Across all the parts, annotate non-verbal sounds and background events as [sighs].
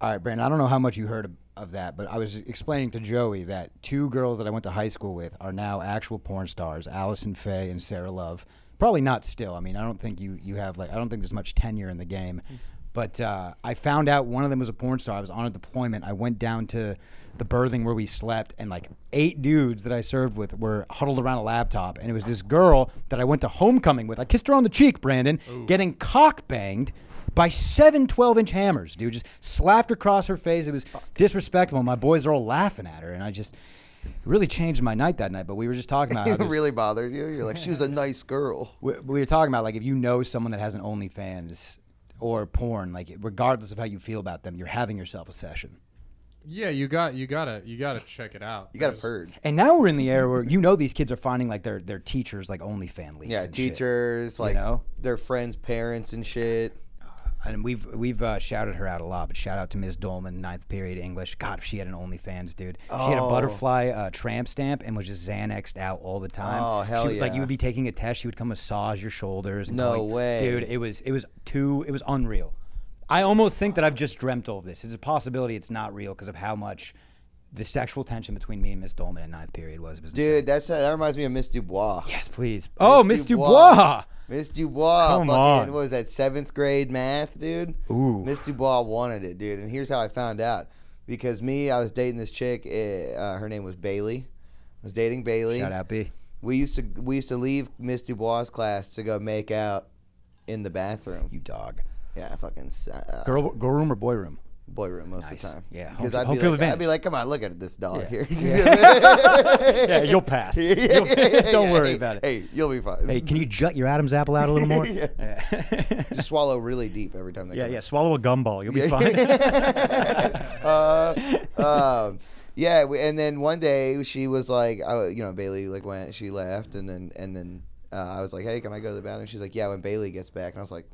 All right, Brandon, I don't know how much you heard of, of that, but I was explaining to Joey that two girls that I went to high school with are now actual porn stars, Allison Faye and Sarah Love. Probably not still. I mean, I don't think you, you have, like, I don't think there's much tenure in the game. But uh, I found out one of them was a porn star. I was on a deployment. I went down to the birthing where we slept, and like eight dudes that I served with were huddled around a laptop. And it was this girl that I went to homecoming with. I kissed her on the cheek, Brandon, getting cock banged by seven 12 inch hammers, dude. Just slapped her across her face. It was disrespectful. My boys are all laughing at her, and I just it really changed my night that night. But we were just talking [laughs] about how It there's- really bothered you. You're like, she was a nice girl. we, we were talking about like if you know someone that has an OnlyFans or porn, like regardless of how you feel about them, you're having yourself a session. Yeah, you got you gotta you gotta check it out. You got to There's- purge. And now we're in the era where you know these kids are finding like their their teachers like OnlyFans leads. Yeah, and shit. teachers, like know? their friends, parents, and shit. And we've we've uh, shouted her out a lot, but shout out to Ms. Dolman, ninth period English. God, if she had an OnlyFans, dude. She had a Oh. butterfly uh, tramp stamp and was just Xanaxed out all the time. Oh, hell she, Like yeah. you would be taking a test, she would come massage your shoulders. And No call you- way. dude. It was it was too it was unreal. I almost think that I've just dreamt all of this. It's a possibility it's not real because of how much the sexual tension between me and Miss Dolman in ninth period was. It was insane. Dude, that's that reminds me of Miss Dubois. Yes, please. Oh, Miss Dubois. Dubois. Miss Dubois, Come fucking, on. what was that, seventh grade math, dude? Ooh. Miss Dubois wanted it, dude. And here's how I found out. Because me, I was dating this chick. eh, Uh, her name was Bailey. I was dating Bailey. Shout out B. We used to we used to leave Miss Dubois' class to go make out in the bathroom. You dog. Yeah, fucking s- uh, Girl, girl room or boy room? boy room most of the Nice. time. Yeah, home because fi- I'd, home be field like, I'd be advantage. like, come on, look at this dog here. [laughs] Yeah, you'll pass. You'll- [laughs] don't worry about it. Hey, you'll be fine. Hey, can you jut your Adam's apple out a little more? [laughs] Yeah. Just swallow really deep every time they Yeah, come yeah. in. Swallow a gumball. You'll be [laughs] fine. uh, um, yeah, we, and then one day she was like, I, you know, Bailey like went, she left, and then and then uh, I was like, hey, can I go to the bathroom? She's like, yeah, when Bailey gets back, and I was like,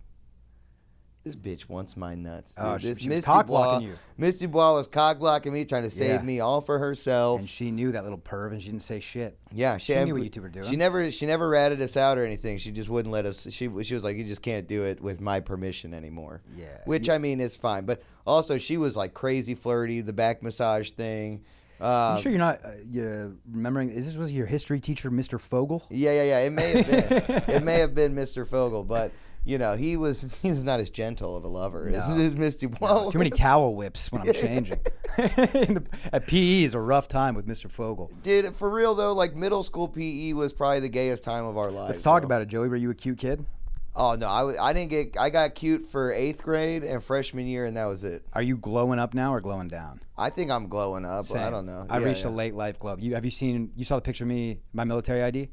this bitch wants my nuts. Dude. Oh, she- this she was Miss cock-blocking Dubois- you. Miss Dubois was cock blocking me, trying to save Yeah. me all for herself. and she knew that little perv, and she didn't say shit. Yeah, she, She and knew what we- you two were doing. She never, she never ratted us out or anything. She just wouldn't let us. She, w- she was like, "You just can't do it with my permission anymore." Yeah. which I mean is fine, but also she was like crazy flirty, the back massage thing. Uh, I'm sure you're not uh, you remembering. Is this was your history teacher, Mr. Fogel? Yeah, yeah, yeah. It may have been, it may have been Mr. Fogel, but you know he was [laughs] he was not as gentle of a lover as, as Miss Dubois. Too many towel whips when I'm changing. [laughs] In the, at PE is a rough time with Mr. Fogel. Dude, for real though, like middle school PE was probably the gayest time of our lives. Let's talk bro. about it, Joey. Were you a cute kid? Oh no, I, w- I didn't get. I got cute for eighth grade and freshman year, and that was it. Are you glowing up now or glowing down? I think I'm glowing up. I Same. don't know. I Yeah, reached yeah. a late life glow. You have you seen? You saw the picture of me, my military ID.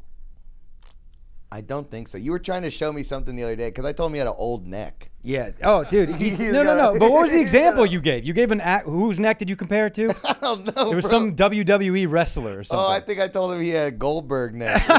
I don't think so. You were trying to show me something the other day because I told me you had an old neck. [laughs] Yeah. Oh, dude. He's, He's no, no, got no. a- But what was the he's example [laughs] got a- you gave? You gave an act. Whose neck did you compare it [laughs] to? I don't know. There was bro. some WWE wrestler or something. Oh, I think I told him he had [laughs] Goldberg neck. [laughs]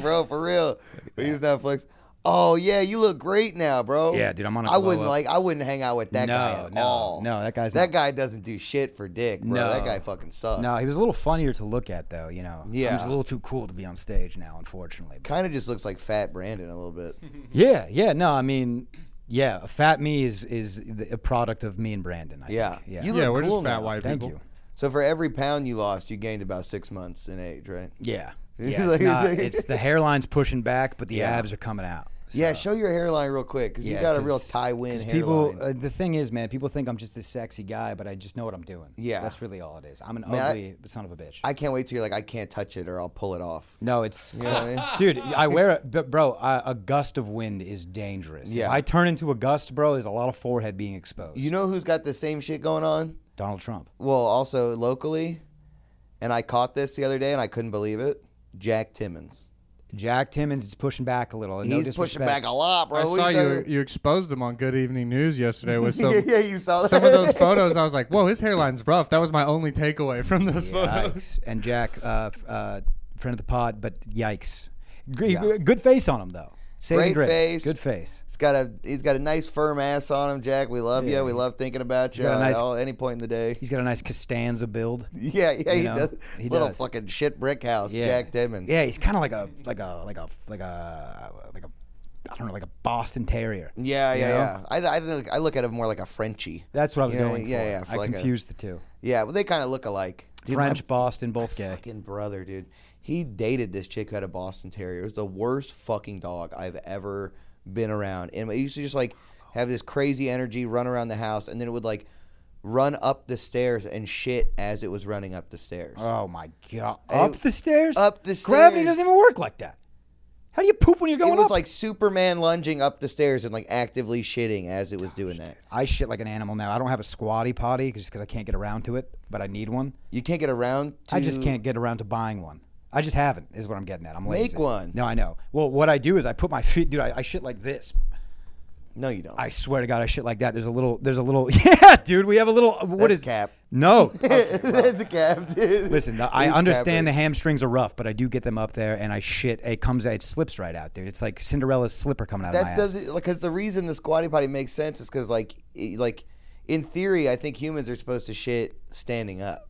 bro, for real. We use Netflix. Oh yeah, you look great now, bro. Yeah, dude, I'm on a I wouldn't glow up. like. I wouldn't hang out with that guy No, at no, all. no, that guy's That not- guy doesn't do shit for dick, bro. No. That guy fucking sucks. No, he was a little funnier to look at, though. You know, Yeah. I'm just a little too cool to be on stage now, unfortunately. But- kind of just looks like Fat Brandon a [laughs] little bit. yeah, yeah. No, I mean, yeah, fat me is is the, a product of me and Brandon. I Yeah. think. yeah. You Yeah, look we're cool just fat now. white Thank people. you. So for every pound you lost, you gained about six months in age, right? [laughs] Yeah, He's yeah. like- It's, not, he's like- it's the hairline's pushing back, but the Yeah. abs are coming out. So, Yeah, show your hairline real quick because you yeah, got a real 'cause- Ty Win 'cause hairline. People, uh, the thing is, man, people think I'm just this sexy guy, but I just know what I'm doing. Yeah. that's really all it is. I'm an I- ugly son of a bitch. I can't wait till you're like, I can't touch it or I'll pull it off. No, it's You know what I mean? dude. [laughs] I wear it, but bro, I, a gust of wind is dangerous. If Yeah. I turn into a gust, bro, there's a lot of forehead being exposed. You know who's got the same shit going on? Donald Trump. Well, also locally, and I caught this the other day and I couldn't believe it. Jack Timmons. Jack Timmons is pushing back a little. No He's pushing back disrespect. a lot, bro. I What saw are you talking- you exposed them on Good Evening News yesterday with [laughs] some yeah, yeah, you saw that. some of those photos. I was like, whoa, his hairline's rough. That was my only takeaway from those photos. Uh, Yikes. And Jack, uh, f- uh, friend of the pod, but yikes. G- Good face on him though. Saving Great grace. face. Good face. He's got a he's got a nice firm ass on him, Jack. We love Yeah. you. We love thinking about you got a at nice- all, any point in the day. He's got a nice Costanza build. [laughs] Yeah, yeah, You he know, does. he Little does. fucking shit brick house, Yeah. Jack Timmons. Yeah, he's kind of like a like a like a like a like a I don't know, like a Boston Terrier. Yeah, You yeah, know? yeah. I, I think I look at it more like a Frenchie. That's what I was You know, going yeah, for. yeah, for I like a- confused the two. Yeah, well, they kind of look alike. Dude, my French, Boston, both [laughs] gay. fucking brother, dude. He dated this chick who had a Boston Terrier. It was the worst fucking dog I've ever been around. And it used to just like have this crazy energy, run around the house, and then it would like run up the stairs and shit as it was running up the stairs. Oh my god! And Up it- the stairs. up the Gravity stairs. doesn't even work like that. How do you poop when you're it going was up? like Superman lunging up the stairs and like actively shitting as it was doing that. I shit like an animal now. I don't have a squatty potty just because I can't get around to it, but I need one. You can't get around to I just can't get around to buying one. I just haven't. Is what I'm getting at. I'm lazy. Make one. No, I know. Well, what I do is I put my [laughs] feet, dude. I, I shit like this. No, you [laughs] don't. I swear to God, I shit like that. There's a little. There's a little. [laughs] Yeah, dude. We have a little. What That's is cap. [laughs] No. Okay, well, That's a cap, dude. Listen, I He's understand the capping. hamstrings are rough, but I do get them up there, and I shit. It comes, it slips right out, dude. It's like Cinderella's slipper coming out of my That ass. doesn't because the reason the squatty potty makes sense is because like i- like in theory, I think humans are supposed to shit standing up.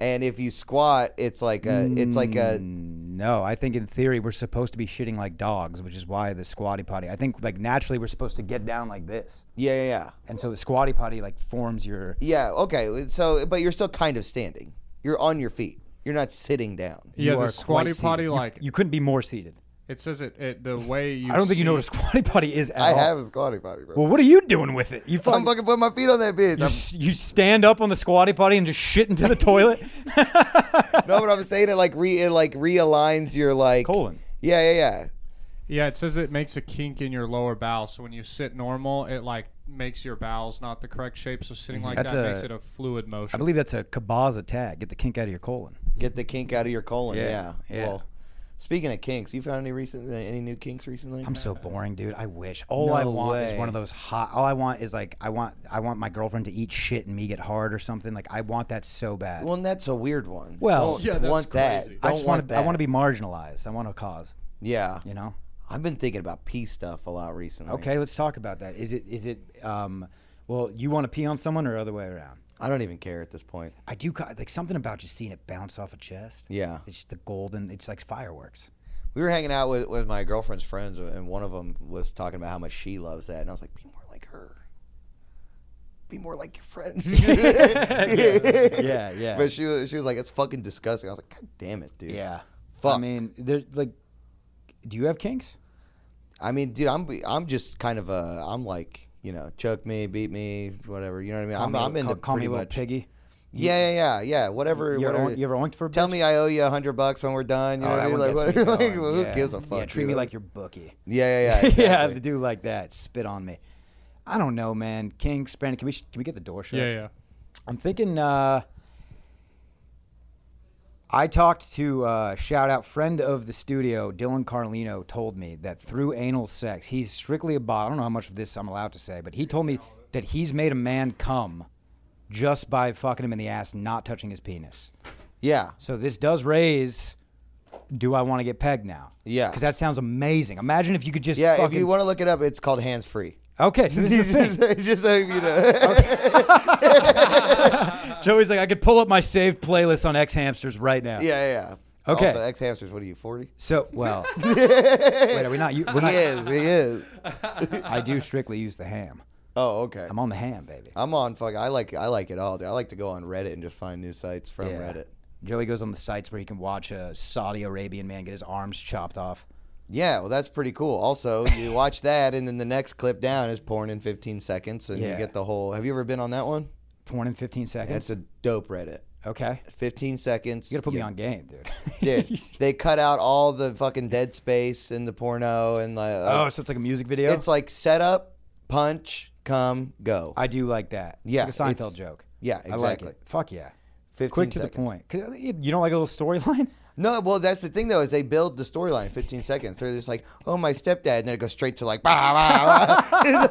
And if you squat, it's like a it's like a Mm. No, I think in theory we're supposed to be shitting like dogs, which is why the squatty potty. I think like naturally we're supposed to get down like this, yeah yeah yeah and so the squatty potty like forms your. yeah okay. So but you're still kind of standing. You're on your feet. You're not sitting down. you [laughs] Yeah, are the squatty quite seated. potty You- like you, couldn't be more seated. it says it, it the way you. I don't think you see know what a squatty potty is at I all. have a squatty potty, bro. Oh. Well, what are you doing with it? You I'm fucking. fucking putting my feet on that bitch. you [laughs] I'm, s- you stand up on the squatty potty and just shit into [laughs] the toilet. no, but I'm saying it like re it like realigns your like Colon. Yeah, yeah, yeah. Yeah, it says it makes a kink in your lower bowel. So when you sit normal, it like makes your bowels not the correct shape. So sitting like Mm-hmm. That's that a- makes it a fluid I motion. believe that's a Kabaza tag. Get the kink out of your colon. Get the kink out of your colon. Yeah, Yeah. yeah. Well, speaking of kinks, you found any recent any new kinks recently? I'm so boring, dude. I wish. All I No want is way. one of those hot. All I want is like I want I want my girlfriend to eat shit and me get hard or something. Like I want that so bad. well, and that's a weird one. Well- Don't Yeah, that's want that. crazy. Don't I just want want to. that. I want to be marginalized. I want a cause. Yeah, You know. I've been thinking about pee stuff a lot recently. Okay, let's talk about that. Is it is it um, well you want to pee on someone or other way around? I don't even care at this point. I do ca- like something about just seeing it bounce off a chest. Yeah. It's just the golden. It's like fireworks. We were hanging out with, with my girlfriend's friends, uh, and one of them was talking about how much she loves that, and I was like, be more like her. Be more like [laughs] your friends. Yeah, yeah. [laughs] But she was she was like, it's fucking disgusting. I was like, god damn it, dude. Yeah. I Fuck. mean, there's like, do you have kinks? I mean, dude, I'm I'm just kind of a I'm like you know, choke me, beat me, whatever. You know what I mean? I'm, Call me- I'm into call, call me pretty little much. piggy. Yeah, yeah, yeah, yeah. Whatever. You ever, whatever. oink- you ever oinked for a Tell bitch? me I owe you a hundred bucks when we're done. You know Oh, what [laughs] I that one mean? Like, gets me whatever, like, going, who yeah. gives a fuck? Yeah, treat you me know? like your [laughs] bookie. Yeah, yeah, yeah. [laughs] Exactly. yeah, do like that. Spit on me. I don't know, man. Kinks, Brandon, can we sh- can we get the door shut? yeah, yeah. I'm thinking. Uh, I talked to uh, shout out friend of the studio, Dylan Carlino, told me that through anal sex, he's strictly a bot. I don't know how much of this I'm allowed to say, but he told me that he's made a man come just by fucking him in the ass, not touching his penis. Yeah. So this does raise. Do I want to get pegged now? Yeah. Because that sounds amazing. Imagine if you could just Yeah, Fucking, if you want to look it up, it's called hands free. okay, so [laughs] this is the [laughs] thing. [laughs] just so you know. Joey's like, I could pull up my saved playlist on X Hamsters right now. yeah, yeah. yeah. Okay. Also, ex hamsters. What are you? [laughs] Forty? So [laughs] well, wait, are we not? You, we're He not is. He is. I do strictly use the ham. Oh, okay. I'm on the ham, baby. I'm on fuck. I like I like it all. Dude. I like to go on Reddit and just find new sites from Yeah. Reddit. Joey goes on the sites where he can watch a Saudi Arabian man get his arms chopped off. Yeah, well, that's pretty cool. Also, [laughs] you watch that, and then the next clip down is porn in 15 seconds, and Yeah. you get the whole. Have you ever been on that one? Porn in 15 seconds. That's a dope Reddit. okay. 15 seconds. You gotta put me yeah, on game, dude. [laughs] Dude, they cut out all the fucking dead space in the porno, and like, [laughs] oh, uh, so it's like a music video? it's like setup, punch, come, go. I do like that. It's Yeah, like a Seinfeld it's- joke. yeah, I like exactly. it. Fuck yeah. 15 Quick to the seconds. point. 'Cause uh, You you don't like a little storyline? [laughs] No, well, that's the thing though is they build the storyline in 15 seconds. They're just like, "Oh, my stepdad," and then it goes straight [laughs] to like, [laughs] bah,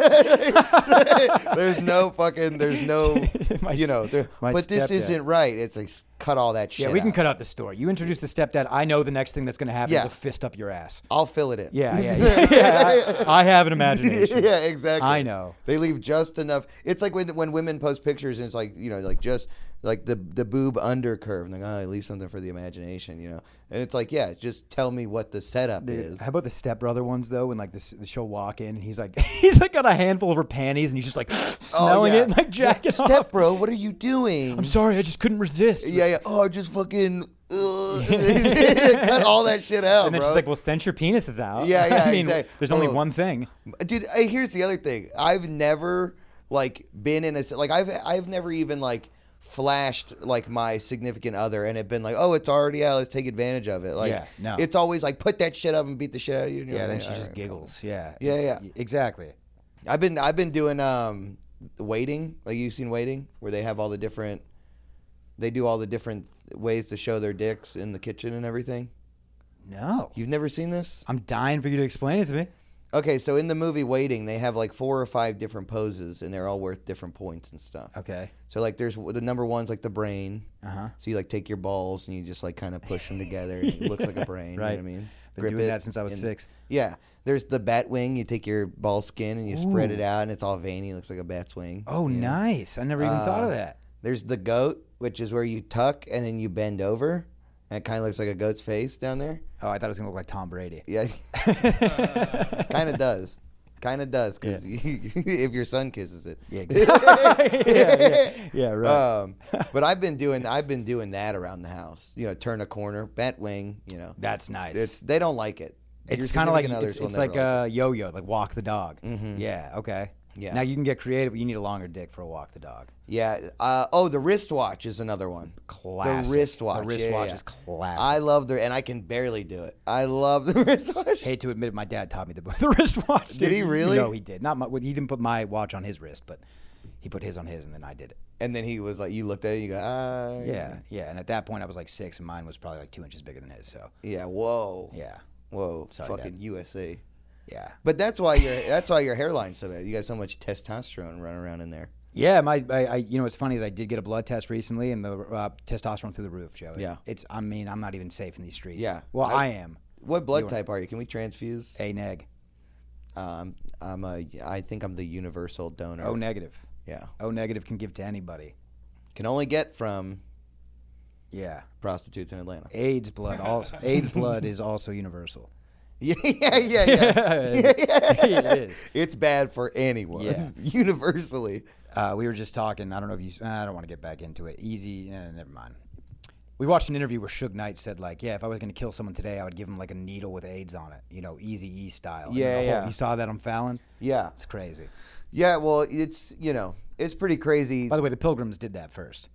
bah, bah. "There's no fucking, [laughs] there's no, My you know." s- there- my But this stepdad. isn't right. It's like s- cut all that shit. Yeah, we can out. cut out the story. You introduce the stepdad. I know the next thing that's gonna happen Yeah. is a fist up your ass. I'll fill it in. [laughs] Yeah, [laughs] yeah, yeah. yeah, I, I have an [laughs] imagination. yeah, exactly. I know. They leave just enough. It's like when when women post pictures and it's like you know like just like the the boob under curve, and like oh, I leave something for the imagination, you know. And it's like, yeah, just tell me what the setup Dude, is. how about the stepbrother ones though? When like this, she'll walk in and he's like, [laughs] he's like got a handful of her panties and he's [gasps] just like smelling Oh, yeah. it, and, like jacking off. Step bro, what are you doing? I'm sorry, I just couldn't resist. yeah, yeah. Oh, [laughs] just fucking uh, [laughs] cut all that shit out, And then bro. she's like, "Well, since your penis is out, [laughs] Yeah, yeah, I mean, exact- there's only oh. one thing. dude uh, here's the other thing i've never like been in a s- like i've i've never even like flashed like my significant other and it been like oh it's already out let's take advantage of it like Yeah, no. it's always like put that shit up and beat the shit out of you and you're Yeah, like, then she "All just right, cool." giggles. Yeah. Yeah, It's- yeah. Exactly. i've been i've been doing um waiting like you've seen waiting where they have all the different they do all the different ways to show their dicks in the kitchen and everything No. you've never seen this I'm dying for you to explain it to me. okay so in the movie waiting they have like four or five different poses and they're all worth different points and stuff Okay. So like, there's the number one's like the brain. Uh huh. So you like take your balls and you just like kind of push them together. and It looks like [laughs] a brain. You Right. know what I mean? Been Grip doing it that since I was and- six. Yeah. There's the bat wing. You take your ball skin and you spread it out, and it's all veiny. Looks like a bat's wing. Oh, you know? nice. I never even thought of Uh, that. There's the goat, which is where you tuck and then you bend over, and it kind of looks like a goat's face down there. Oh, I thought it was gonna look like Tom [laughs] [laughs] Brady. Yeah, kind of does. Kind of [laughs] does because [laughs] if your son kisses it. Yeah. Exactly. [laughs] yeah, [laughs] yeah. Yeah, Right. [laughs] Um, but I've been doing I've been doing that around the house. You know, turn a corner, bent wing. You know, That's nice. it's they don't like it. It's Your kind of like significant it's, others will it's never Mm-hmm. like a yo-yo, like walk the dog. Yeah. Okay. Yeah. Now you can get creative, but you need a longer dick for a walk the dog. yeah. Uh, oh, the wristwatch is another one. Classic. The wristwatch. The yeah, wristwatch yeah. is classic. I love the and I can barely do it. I love the [laughs] wristwatch. hate to admit it, my dad taught me the, [laughs] the wristwatch. Did he really? No, he did. Not my, well, he didn't put my watch on his wrist, but he put his on his, and then I did it. And then he was like, you looked at it, you go, ah, Yeah, yeah. And at that point, I was like six, and mine was probably like two inches bigger than his. So yeah. Whoa, yeah, whoa, Sorry, fucking USA. yeah, But that's why your that's why your hairline's so bad. You got so much testosterone running around in there. yeah. My, I, I, you know, what's funny is I did get a blood test recently, and the uh, testosterone through the roof, Joey. Yeah. It's. I mean, I'm not even safe in these streets. Yeah. Well, I, I- am What blood type are you? Can we transfuse? A neg, Um, I'm a. I think I'm the universal donor. O negative. Yeah, O negative can give to anybody. can only get from Yeah. prostitutes in Atlanta. [laughs] AIDS blood. Also, AIDS blood is also universal. yeah, [laughs] yeah, yeah, yeah. It is. [laughs] It's bad for anyone. Yeah. [laughs] universally. Uh, we were just talking. I don't know if you. s- I don't want to get back into it. Easy. Eh, never mind. We watched an interview where Suge Knight said, like, yeah, if I was going to kill someone today, I would give him like a needle with AIDS on it, you know, Easy E style. And Yeah, the whole- yeah. You saw that on Fallon? Yeah, It's crazy. yeah. Well, it's you know, it's pretty crazy. By the way, the Pilgrims did that first.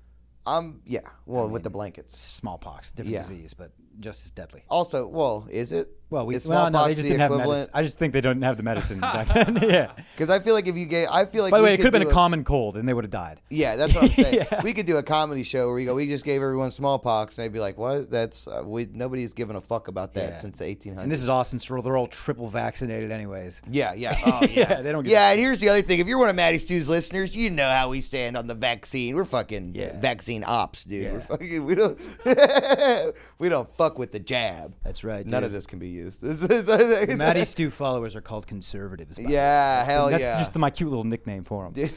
I'm yeah. Well, with the blankets. Smallpox, different Yeah. disease, but just as deadly. Also, well, is it? Well, we is well, no, they smallpox just the didn't have equivalent? medicine. I just think they don't have the medicine back then. [laughs] [laughs] yeah. Because I feel like if you gave, I feel like. By the we way, it could have been do a common cold, and they would have died. Yeah, that's what I'm saying. [laughs] Yeah. We could do a comedy show where we go, we just gave everyone smallpox, and they'd be like, "What? That's uh, we nobody's given a fuck about that Yeah. since the 1800s." And this is Austin Searle. They're all triple vaccinated, anyways. Yeah, yeah, [laughs] oh, yeah. Yeah, they don't give a yeah, and here's the other thing: if you're one of Maddie Stu's listeners, you know how we stand on the vaccine. We're fucking Yeah. vaccine ops, dude. We're Yeah. fucking, we don't [laughs] we don't fuck with the jab. That's right. None dude. of this can be used. [laughs] This is- Maddie Stu followers are called conservatives. by the way. Yeah, That's the- hell that's yeah. just my cute little nickname for them. [laughs]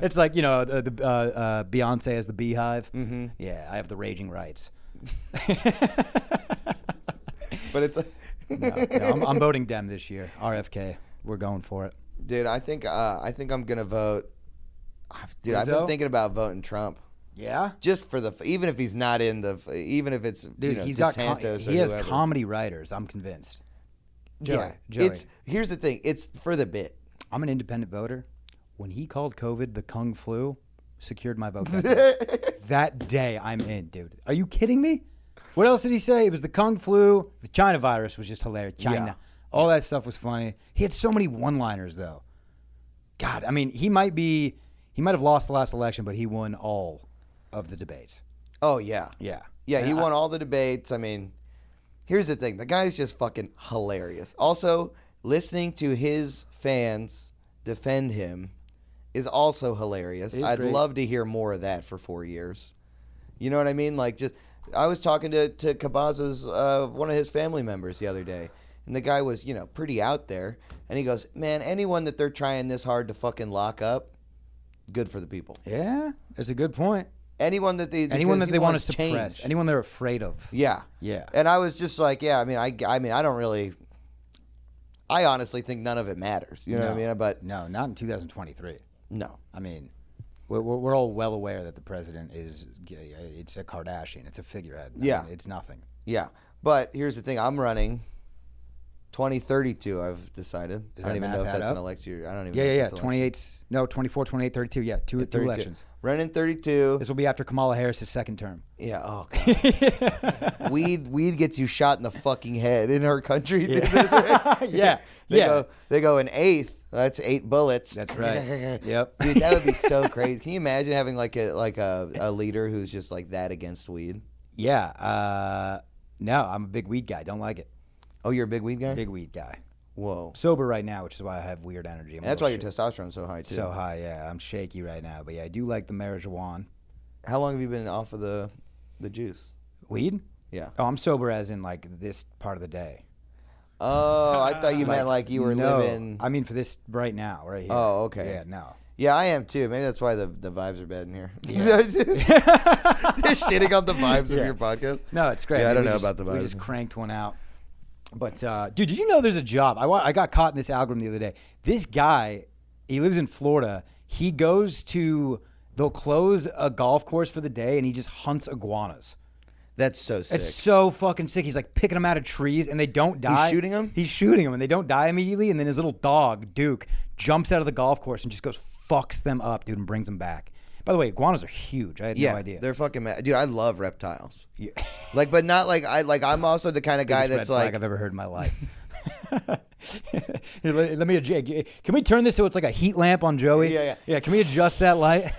it's like you know the, the uh, uh, Beyonce has the Beehive. Mm-hmm. Yeah, I have the Raging [laughs] Rights. [laughs] but it's, [laughs] like- No, no, I'm, I'm voting Dem this year. RFK. We're going for it. dude. I think uh, I think I'm gonna vote. Ah, Dude, I've been Rizzo? thinking about voting Trump. Yeah, Just for the f- even if he's not in the f- even if it's dude, you know, he's got com- DeSantis or he has whoever. comedy writers. I'm convinced. yeah Joey, it's here's the thing it's for the bit I'm an independent voter. When he called COVID the Kung Flu, secured my [laughs] vote. That day. That day, I'm in, dude. Are you kidding me? What else did he say? It was the Kung Flu. The China virus was just hilarious. China. Yeah. All that stuff was funny. He had so many one liners, though. God, I mean, he might be, he might have lost the last election, but he won all of the debates. oh yeah Yeah. Uh, Yeah, he won all the debates. I mean, here's the thing: the guy's just fucking hilarious. Also, listening to his fans defend him is also hilarious. He's I'd great. love to hear more of that for four years. You know what I mean? Like, just I was talking to to Cabaza's uh, one of his family members the other day. And the guy was, you know, pretty out there. And he goes, Man, anyone that they're trying this hard to fucking lock up, good for the people. Yeah, that's a good point. Anyone that they Anyone because that he they want to wants suppress, change. anyone they're afraid of. yeah, Yeah. And I was just like, yeah. I mean, I, I mean, I don't really. I honestly think none of it matters. You know what I No. mean? But No, not in 2023. no, I mean, we're, we're, we're all well aware that the president is it's a Kardashian, it's a figurehead. I Yeah. mean, it's nothing. yeah. But here's the thing: I'm running. 2032, I've decided. Does I don't that even math know if add that's an up? election year. I don't even Yeah, know yeah, if yeah. that's an election. 28, no, 24, 28, 32. Yeah, two, two 32. elections. Running 32. This will be after Kamala Harris's second [laughs] term. Yeah. Oh [laughs] god. weed weed gets you shot in the fucking head in her country. [laughs] [laughs] yeah, They yeah. Go, they go an eighth. That's eight bullets. That's [laughs] right. Yep. Dude, that would be so crazy. Can you imagine having like a like a, a leader who's just like that against weed? Yeah. Uh, no, I'm a big weed guy. Don't like it. Oh, you're a big weed guy. Big weed guy. Whoa. Sober right now, which is why I have weird energy. I'm a And that's little why your sh- testosterone's so high too. so high. Yeah, I'm shaky right now, but yeah, I do like the marijuana. How long have you been off of the the juice? Weed? Yeah. Oh, I'm sober as in like this part of the day. Oh, [laughs] I thought you meant like you were no, living. I mean for this right now, right here. Oh, okay. Yeah, [laughs] no. Yeah, I am too. Maybe that's why the, the vibes are bad in here. [laughs] [laughs] They're shitting on the vibes of your podcast. No, it's great. Yeah, I mean, don't we know just- about the We vibes. just cranked one out. But uh, dude, did you know there's a job? I wa- I got caught in this algorithm the other day. This guy, he lives in Florida. He goes to they'll close a golf course for the day, and he just hunts iguanas. That's so sick. It's so fucking sick. He's like picking them out of trees, and they don't die. shooting 'em? He's shooting them, and they don't die immediately. And then his little dog Duke jumps out of the golf course and just goes fucks them up, dude, and brings them back. By the way, iguanas are huge. I had yeah, no idea. they're fucking mad. Dude, I love reptiles. Yeah. [laughs] Like, but not like I like. I'm also the kind of guy biggest that's red flag like, I've ever heard in my life. [laughs] Here, let, let me adj- can we turn this so it's like a heat lamp on Joey? Yeah, yeah. yeah. Can we adjust that light?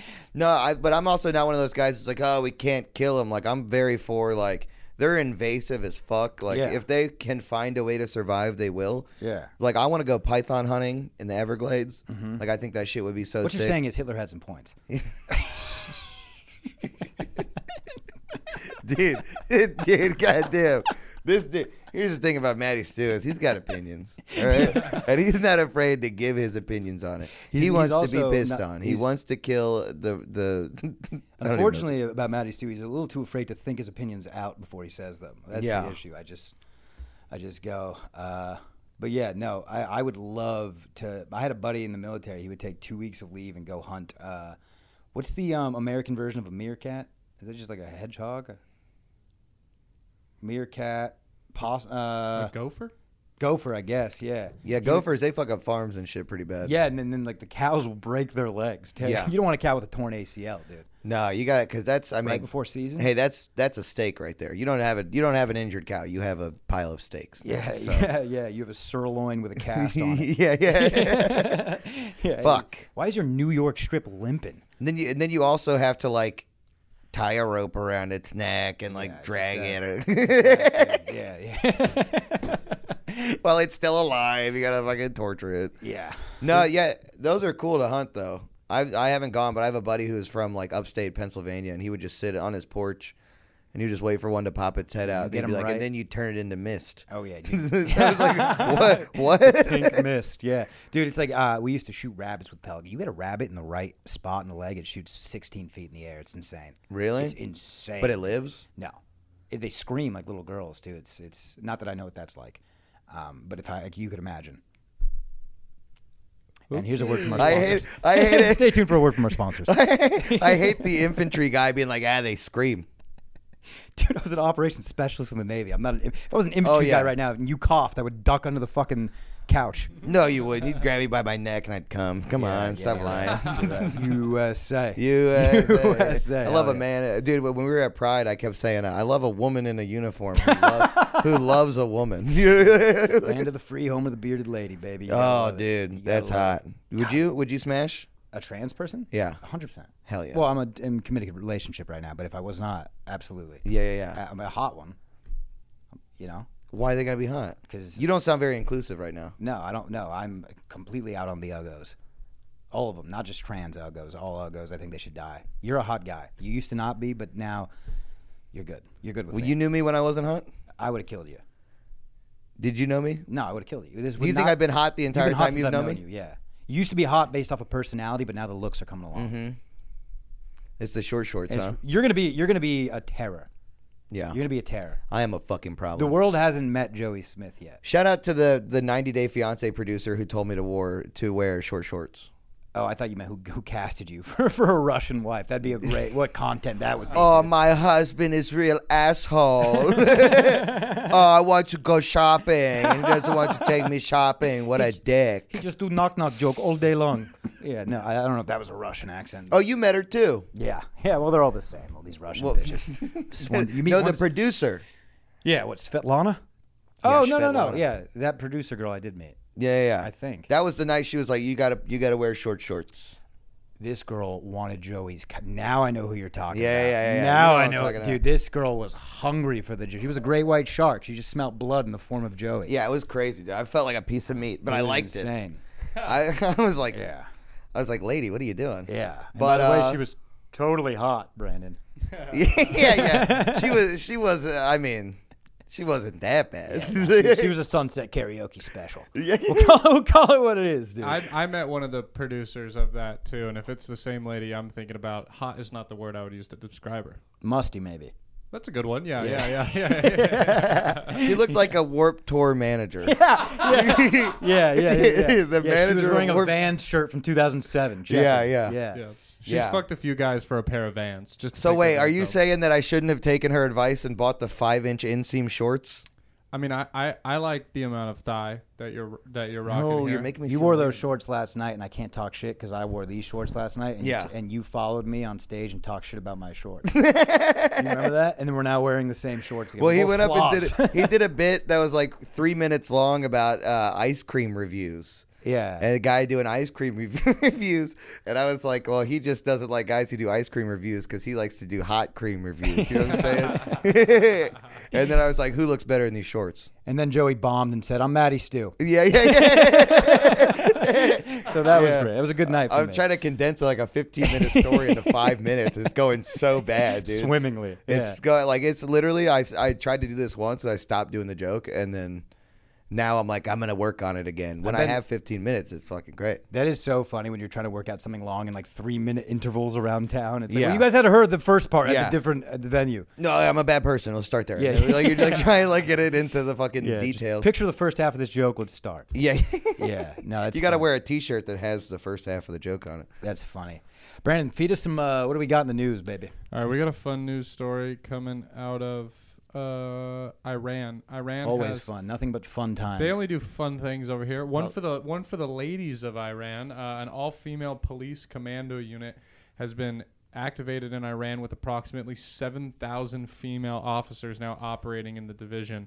[laughs] no. I but I'm also not one of those guys that's like, oh, we can't kill them. Like, I'm very for like they're invasive as fuck. Like, Yeah. if they can find a way to survive, they will. Yeah. Like, I want to go python hunting in the Everglades. Like, I think that shit would be so what sick. you're saying is Hitler had some points. dude, [laughs] dude, goddamn. This dude. Here's the thing about Matty Stu is he's got opinions, all right, and he's not afraid to give his opinions on it. He's- he he's wants to also be pissed not- on. He he's- wants to kill the the. [laughs] I don't even know. Unfortunately, about Matty Stu, he's a little too afraid to think his opinions out before he says them. That's Yeah. the issue. I just, I just go. Uh, but yeah, no, I, I would love to. I had a buddy in the military. He would take two weeks of leave and go hunt. Uh, what's the um, American version of a meerkat? Is it just like a hedgehog? Meerkat, pos- uh, a gopher? gopher, I guess. Yeah. yeah, gophers they fuck up farms and shit pretty bad. Yeah, and then, then like the cows will break their legs. Tear- Yeah. You don't want a cow with a torn ACL, dude. No, you got it because that's I mean Right before season. Hey, that's that's a steak right there. You don't have a you don't have an injured cow. You have a pile of steaks. Yeah, So- yeah, yeah. You have a sirloin with a cast on [laughs] it. yeah, [laughs] yeah. [laughs] Yeah, Fuck. Why is your New York strip [laughs] limping? And then you and then you also have to like tie a rope around its neck and like it's drag just, it yeah, yeah. [laughs] [laughs] while it's still alive. You gotta fucking torture it. yeah. No, yeah, those are cool to hunt though. I I haven't gone, but I have a buddy who's from like upstate Pennsylvania, and he would just sit on his porch, and he would just wait for one to pop its head out. And get he'd be 'em like, right. and then you turn it into [laughs] mist. [laughs] Oh yeah, I dude. was [laughs] like, what? What? Pink mist, yeah, dude. It's like uh, we used to shoot rabbits with pelican. You get a rabbit in the right spot in the leg, it shoots 16 feet in the air. It's insane. Really? It's insane. but it lives. [laughs] [laughs] no, It- they scream like little girls too. It's it's not that I know what that's like, um, but if I like, you could imagine. And here's a word from our I sponsors. hate. I hate it. Stay tuned for a word from our sponsors. [laughs] I hate the infantry guy being like, ah, they scream. Dude, I was an operations specialist in the Navy. I'm not. An, if I was an infantry Oh, yeah. guy right now, and you coughed, I would duck under the fucking couch. No, you wouldn't. You'd grab me by my neck and I'd come. Come yeah, on, stop yeah. [laughs] [laughs] lying. USA. [laughs] USA. USA, I love hell a man, Uh, dude. When we were at Pride, I kept saying, uh, "I love a woman in a uniform who, [laughs] love, who loves a woman." [laughs] Land of the free, home of the bearded lady, baby. You gotta oh, love it. You gotta dude, that's love hot. Would you? Would you smash? it. A trans person? Yeah. A hundred percent. Hell yeah. Well, I'm a in a committed relationship right now, but if I was not, absolutely. Yeah, yeah, yeah. I- I'm a hot one. You know, Why they gotta be hot? 'Cause- you don't sound very inclusive right now. no, I don't know. I'm completely out on the uggos. All of them, not just trans uggos. All uggos. I think they should die. You're a hot guy. You used to not be, but now you're good. You're good with Well, me. you knew me when I wasn't hot. I would have killed you. Did you know me? No, I would have killed you. This Do you think I've been hot the entire time you've known me? You. Yeah. You used to be hot based off of personality, but now the looks are coming along. Mm-hmm. It's the short shorts, It's- huh? You're gonna be you're gonna be a terror. Yeah. You're gonna be a terror. Oh. I am a fucking problem. The world hasn't met Joey Smith yet. Shout out to the the 90 Day Fiance producer who told me to wore to wear short shorts. Oh, I thought you meant who, who casted you [laughs] for, for a Russian wife. That'd be a great what content that would be. Oh, my husband is real asshole. [laughs] oh, I want to go shopping. He doesn't want to take me shopping. What a dick. Just do knock knock joke all day long. Yeah, no, I I don't know if that was a Russian accent. Oh, you met her too. yeah, yeah. Well, they're all the same. All these Russian Well- [laughs] bitches. Just one- you meet no, one the producer. Yeah, what Svetlana? Oh Yeah, no no no Svetlana. yeah that producer girl I did meet Yeah, yeah. I think That was the night she was like, "You gotta, you gotta wear short shorts." this girl wanted Joey's cut. Now I know who you're talking Yeah, about. yeah, yeah, yeah. Now I You know what I'm know, talking dude. about. This girl was hungry for the. She was a great white shark. She just smelt blood in the form of Joey. Yeah, it was crazy. Dude. I felt like a piece of meat, but I liked it. insane. [laughs] I, I was like, Yeah, I was like, "Lady, what are you doing?" yeah. And by But, the way, uh, she was totally hot, Brandon. [laughs] yeah, yeah. [laughs] She was. She was. Uh, I mean, she wasn't that bad. [laughs] she was a sunset karaoke [laughs] special. Yeah. We'll call, we'll call it what it is, dude. I, I met one of the producers of that too, and if it's the same lady I'm thinking about, hot is not the word I would use to describe her. Musty, [laughs] maybe. That's a good one. Yeah, yeah, yeah, yeah. yeah, [laughs] she looked like a warp tour manager. [laughs] [laughs] Yeah, yeah, [laughs] yeah, yeah. yeah. Yeah, The she was manager wearing a worked- Vans shirt from 2007. Check Yeah, it. yeah. yeah. yeah. She's Yeah. fucked a few guys for a pair of Vans. Just to So pick their wait, are Vans you up. saying that I shouldn't have taken her advice and bought the five-inch inseam shorts? I mean, I, I, I like the amount of thigh that you're that you're rocking. Oh, you're here. making me. You feel wore weird. those shorts last night, and I can't talk shit because I wore these shorts last night. And Yeah. You and you followed me on stage and talked shit about my shorts. [laughs] you remember that? And then we're now wearing the same shorts again. Well, We're he both went up and did slobs. it. He did a bit that was like three minutes long about uh, ice cream reviews. [laughs] yeah. And a guy doing ice cream [laughs] rev- reviews, and I was like, "Well, he just doesn't like guys who do ice cream reviews because he likes to do hot cream reviews." You know what I'm [laughs] saying? [laughs] and then I was like, "Who looks better in these shorts?" and then Joey bombed and said, "I'm Maddie Stew." Yeah, yeah, yeah. So that Yeah. was great. It was a good night for I'm me. trying to condense like a 15 minute story into five minutes. It's going so bad, dude. It's- Swimmingly, It's yeah. going like it's literally. I I tried to do this once and I stopped doing the joke, and then now I'm like, I'm gonna work on it again. When I bet- have 15 minutes, it's fucking great. that is so funny when you're trying to work out something long in like three minute intervals around town. It's like, Yeah. well, you guys had heard the first part Yeah. at the different at the venue. No, I'm a bad person. I'll start there. Yeah. like [laughs] you're like trying to like get it into the fucking Yeah, just details. Picture the first half of this joke. Let's [laughs] start. yeah, Yeah. No, that's you got to funny. wear a T-shirt that has the first half of the joke on it. That's funny. Brandon, feed us some. Uh, what do we got in the news, baby? All right, we got a fun news story coming out of uh, Iran. Iran Always has, fun. Nothing but fun times. They only do fun things over here. One for the one for the ladies of Iran. Uh, an all-female police commando unit has been activated in Iran with approximately 7,000 female officers now operating in the division.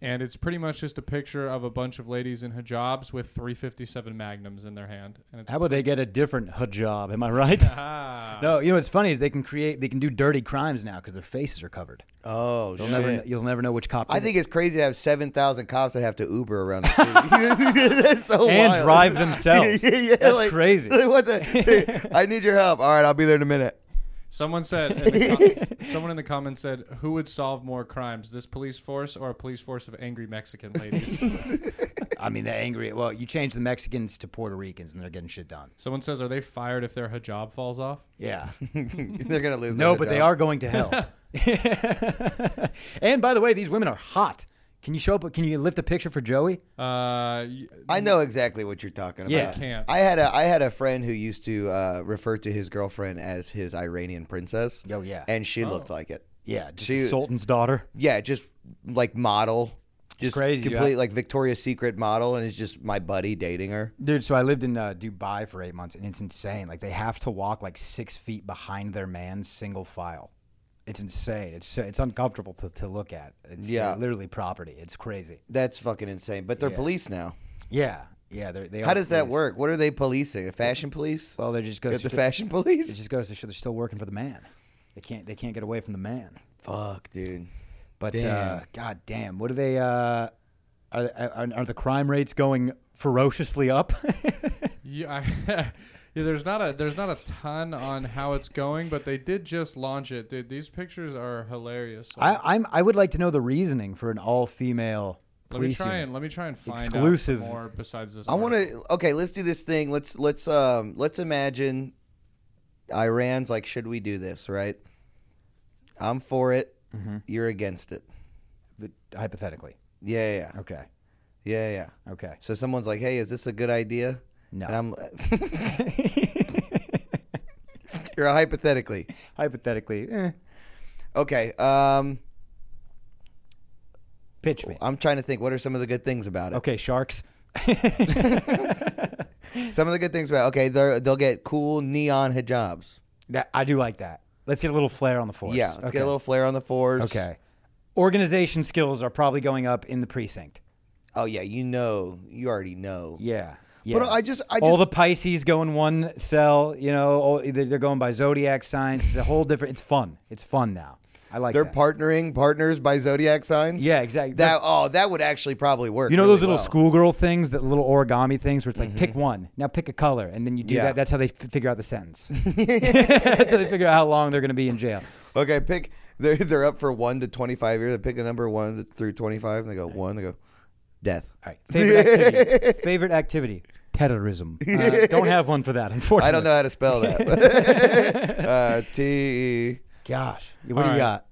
And it's pretty much just a picture of a bunch of ladies in hijabs with 357 magnums in their hand. And it's How about they get a different hijab? Am I [laughs] right? [laughs] ah, no, you know what's funny is they can create, they can do dirty crimes now because their faces are covered. Oh You'll never, kn- you'll never know which cop. I did think it. it's crazy to have seven thousand cops that have to Uber around [laughs] the city. [laughs] That's so and wild. drive themselves. [laughs] Yeah, yeah, That's like- crazy. like, [laughs] what the? hey, [laughs] I need your help. All right, I'll be there in a minute. [laughs] Someone said, in the comments, someone in the comments said, "Who would solve more crimes, this police force or a police force of angry Mexican ladies?" I mean, they're angry. Well, you change the Mexicans to Puerto Ricans, and they're getting shit done. someone says, "Are they fired if their hijab falls off?" Yeah. They're gonna lose. no, their but they job. are going to [laughs] hell. and by the way, these women are hot. Can you show up? Can you lift a picture for Joey? Uh, y- I know exactly what you're talking about. Yeah, I can't. I had a I had a friend who used to uh, refer to his girlfriend as his Iranian princess. Oh, yeah. and she looked like it. Yeah, just She- the Sultan's daughter. Yeah, just like model. Just crazy, complete yeah. like Victoria's Secret model, and it's just my buddy dating her. Dude, so I lived in uh, Dubai for eight months, and it's insane. Like they have to walk like six feet behind their man, single file. It's insane. It's so- it's uncomfortable to, to look at. It's Yeah. yeah. literally property. It's crazy. That's fucking insane. But they're Yeah. police now. Yeah, yeah. They're, they. How are does that police. work? What are they policing? Fashion police? Well, they're just goes. At To the sh- fashion it police? just goes to show they're still working for the man. They can't. They can't get away from the man. Fuck, dude. But Damn. Uh, god damn, what are they? Uh, are, are are the crime rates going ferociously up? [laughs] yeah, I, [laughs] yeah, there's not a there's not a ton on how it's going, but they did just launch it, dude. These pictures are hilarious. I, I'm. I would like to know the reasoning for an all-female Let me police try unit. and let me try and find out some Exclusive. more besides this. I want to. Okay, let's do this thing. Let's let's um let's imagine Iran's like, should we do this? Right? I'm for it. You're against it. But hypothetically. Yeah, yeah, yeah, Okay. yeah, yeah. [laughs] Okay. So someone's like, hey, is this a good idea? No. And I'm. [laughs] You're a hypothetically. hypothetically, eh, Okay. Um, pitch me. I'm trying to think. What are some of the good things about it? Okay, sharks. Some of the good things about. Okay, they're- they'll get cool neon hijabs. That, I do like that. Let's get a little flair on the force. Yeah, let's Okay. get a little flare on the fours. Okay. Organization skills are probably going up in the precinct. Oh yeah, you know, you already know. Yeah. Yeah. But I just, I just, all the Pisces go in one cell. You know, all, they're they're going by zodiac signs. It's a whole different. It's fun. It's fun now. I like. they're that. partnering partners by zodiac signs. Yeah, exactly. That oh, that would actually probably work. you know really those little well. Mm-hmm. schoolgirl things, that little origami things, where it's like pick one. Now pick a color, and then you do Yeah. that. That's how they f- figure out the [laughs] sentence. that's how they figure out how long they're going to be in jail. Okay, pick. They're they're up for one to twenty five years. They pick a number one through twenty five, and they go one. They go death. All right. Favorite [laughs] activity. Favorite activity. Terrorism. Uh, don't have one for that, unfortunately. I don't know how to spell that. [laughs] [laughs] uh, T. Gosh. What do All you right. got?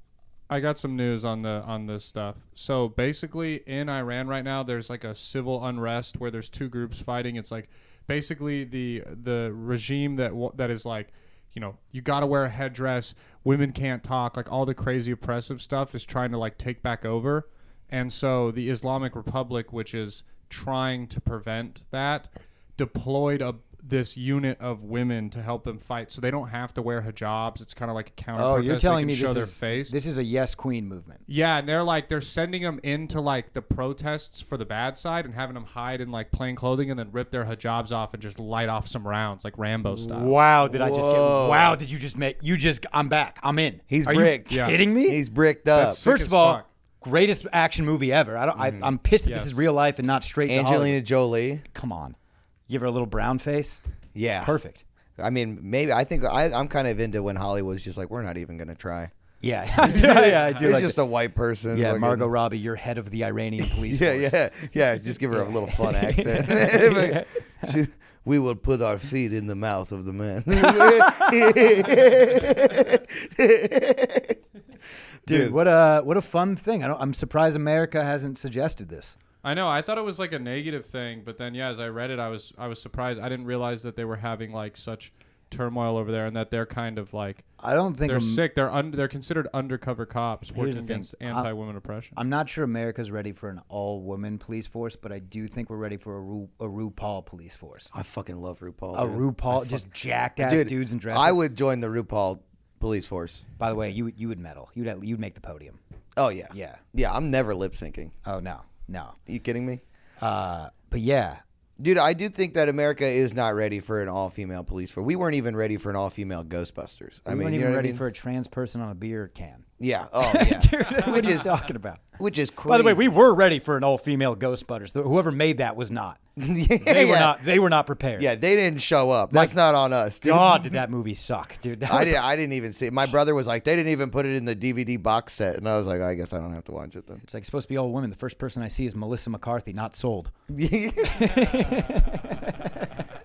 I got some news on the on this stuff. So basically, in Iran right now, there's like a civil unrest where there's two groups fighting. It's like basically the the regime that wa- that is like, you know, you got to wear a headdress. Women can't talk. Like all the crazy oppressive stuff is trying to like take back over. And so the Islamic Republic, which is trying to prevent that, deployed a this unit of women to help them fight, so they don't have to wear hijabs. It's kind of like a counter. Oh, protest. you're telling they me can show this their is, face. this is a yes queen movement. Yeah, and they're like they're sending them into like the protests for the bad side and having them hide in like plain clothing and then rip their hijabs off and just light off some rounds like Rambo style. Wow, did I just get? Whoa. Wow, did you just make? You just? I'm back. I'm in. He's Are bricked. You Yeah. kidding me? He's bricked up. Mm-hmm. That's- Sick First as of all, fuck. greatest action movie ever. I don't. I, I'm pissed that this Yes. is real life and not straight. to Angelina Hollywood. Jolie. come on. Give her a little brown face. Yeah. Perfect. I mean, maybe I think I, I'm kind of into when Hollywood's just like, we're not even gonna try. [laughs] Yeah, [laughs] I do- yeah, I do. It's like just that. a white person. yeah, looking- Margot Robbie, you're head of the [laughs] Iranian police. Yeah, force. yeah, [laughs] yeah. Just give her a little fun accent. [laughs] She- we will put our feet in the mouth of [laughs] the man. [laughs] dude, What a what a fun thing. I don't. I'm surprised America hasn't suggested this. I know. I thought it was like a negative thing, but then yeah, as I read it, I was I was surprised. I didn't realize that they were having like such turmoil over there and that they're kind of like I don't think they're Am- sick. They're un- they're considered undercover cops working the thing. against anti-women oppression. I'm not sure America's ready for an all-woman police force, but I do think we're ready for a, Ru- a RuPaul police force. I fucking love RuPaul. A dude. RuPaul, just jacked ass Dude, dudes in dresses. I would join the RuPaul police force. By the way, you would- you would medal. You'd at- you'd make the podium. Oh yeah, Yeah. yeah. I'm never lip syncing. Oh no, no. You kidding me? Uh, but yeah, Dude, I do think that America is not ready for an all-female police force. We weren't even ready for an all-female Ghostbusters. I we mean, weren't even you know what I ready mean? for a trans person on a beer [laughs] can. Yeah. Oh yeah. what are you talking about? Which is crazy. By the way, [laughs] we were ready for an all-female Ghostbusters. The- Whoever made that was not. [laughs] yeah, They were yeah. not. They were not prepared. Yeah, they didn't show up. That's not on us, dude. God, did that movie suck, dude? That I was- did. I didn't even see. It. My brother was like, they didn't even put it in the DVD box set, and I was like, I guess I don't have to watch it [laughs] then. it's like supposed to be all women. The first person I see is Melissa McCarthy. Not sold.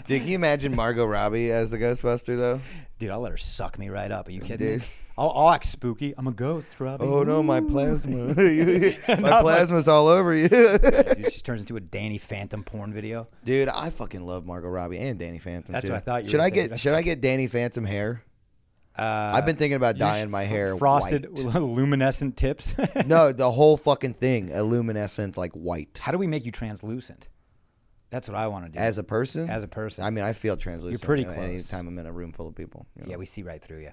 Dude, can you imagine Margot Robbie as the Ghostbuster though? Dude, I'll let her suck me right up. Are you kidding Dude. me? I'll, I'll act spooky. I'm a ghost, Robbie. Oh no, my plasma! [laughs] my my- plasma's all over you, [laughs] Dude, she turns into a Danny Phantom porn video. dude. I fucking love Margot Robbie and Danny Phantom. That's too. what I thought you should were I gonna say. get? Should I get Danny Phantom hair? I've been thinking about dyeing my hair Uh, Frosted [laughs] white. luminescent tips. [laughs] no, the whole fucking thing, illuminescent, like white. How do we make you translucent? That's what I want to do. As a person, As a person. I mean, I feel translucent. pretty any- close. Anytime I'm in a room full of people. you know. yeah, we see right through you.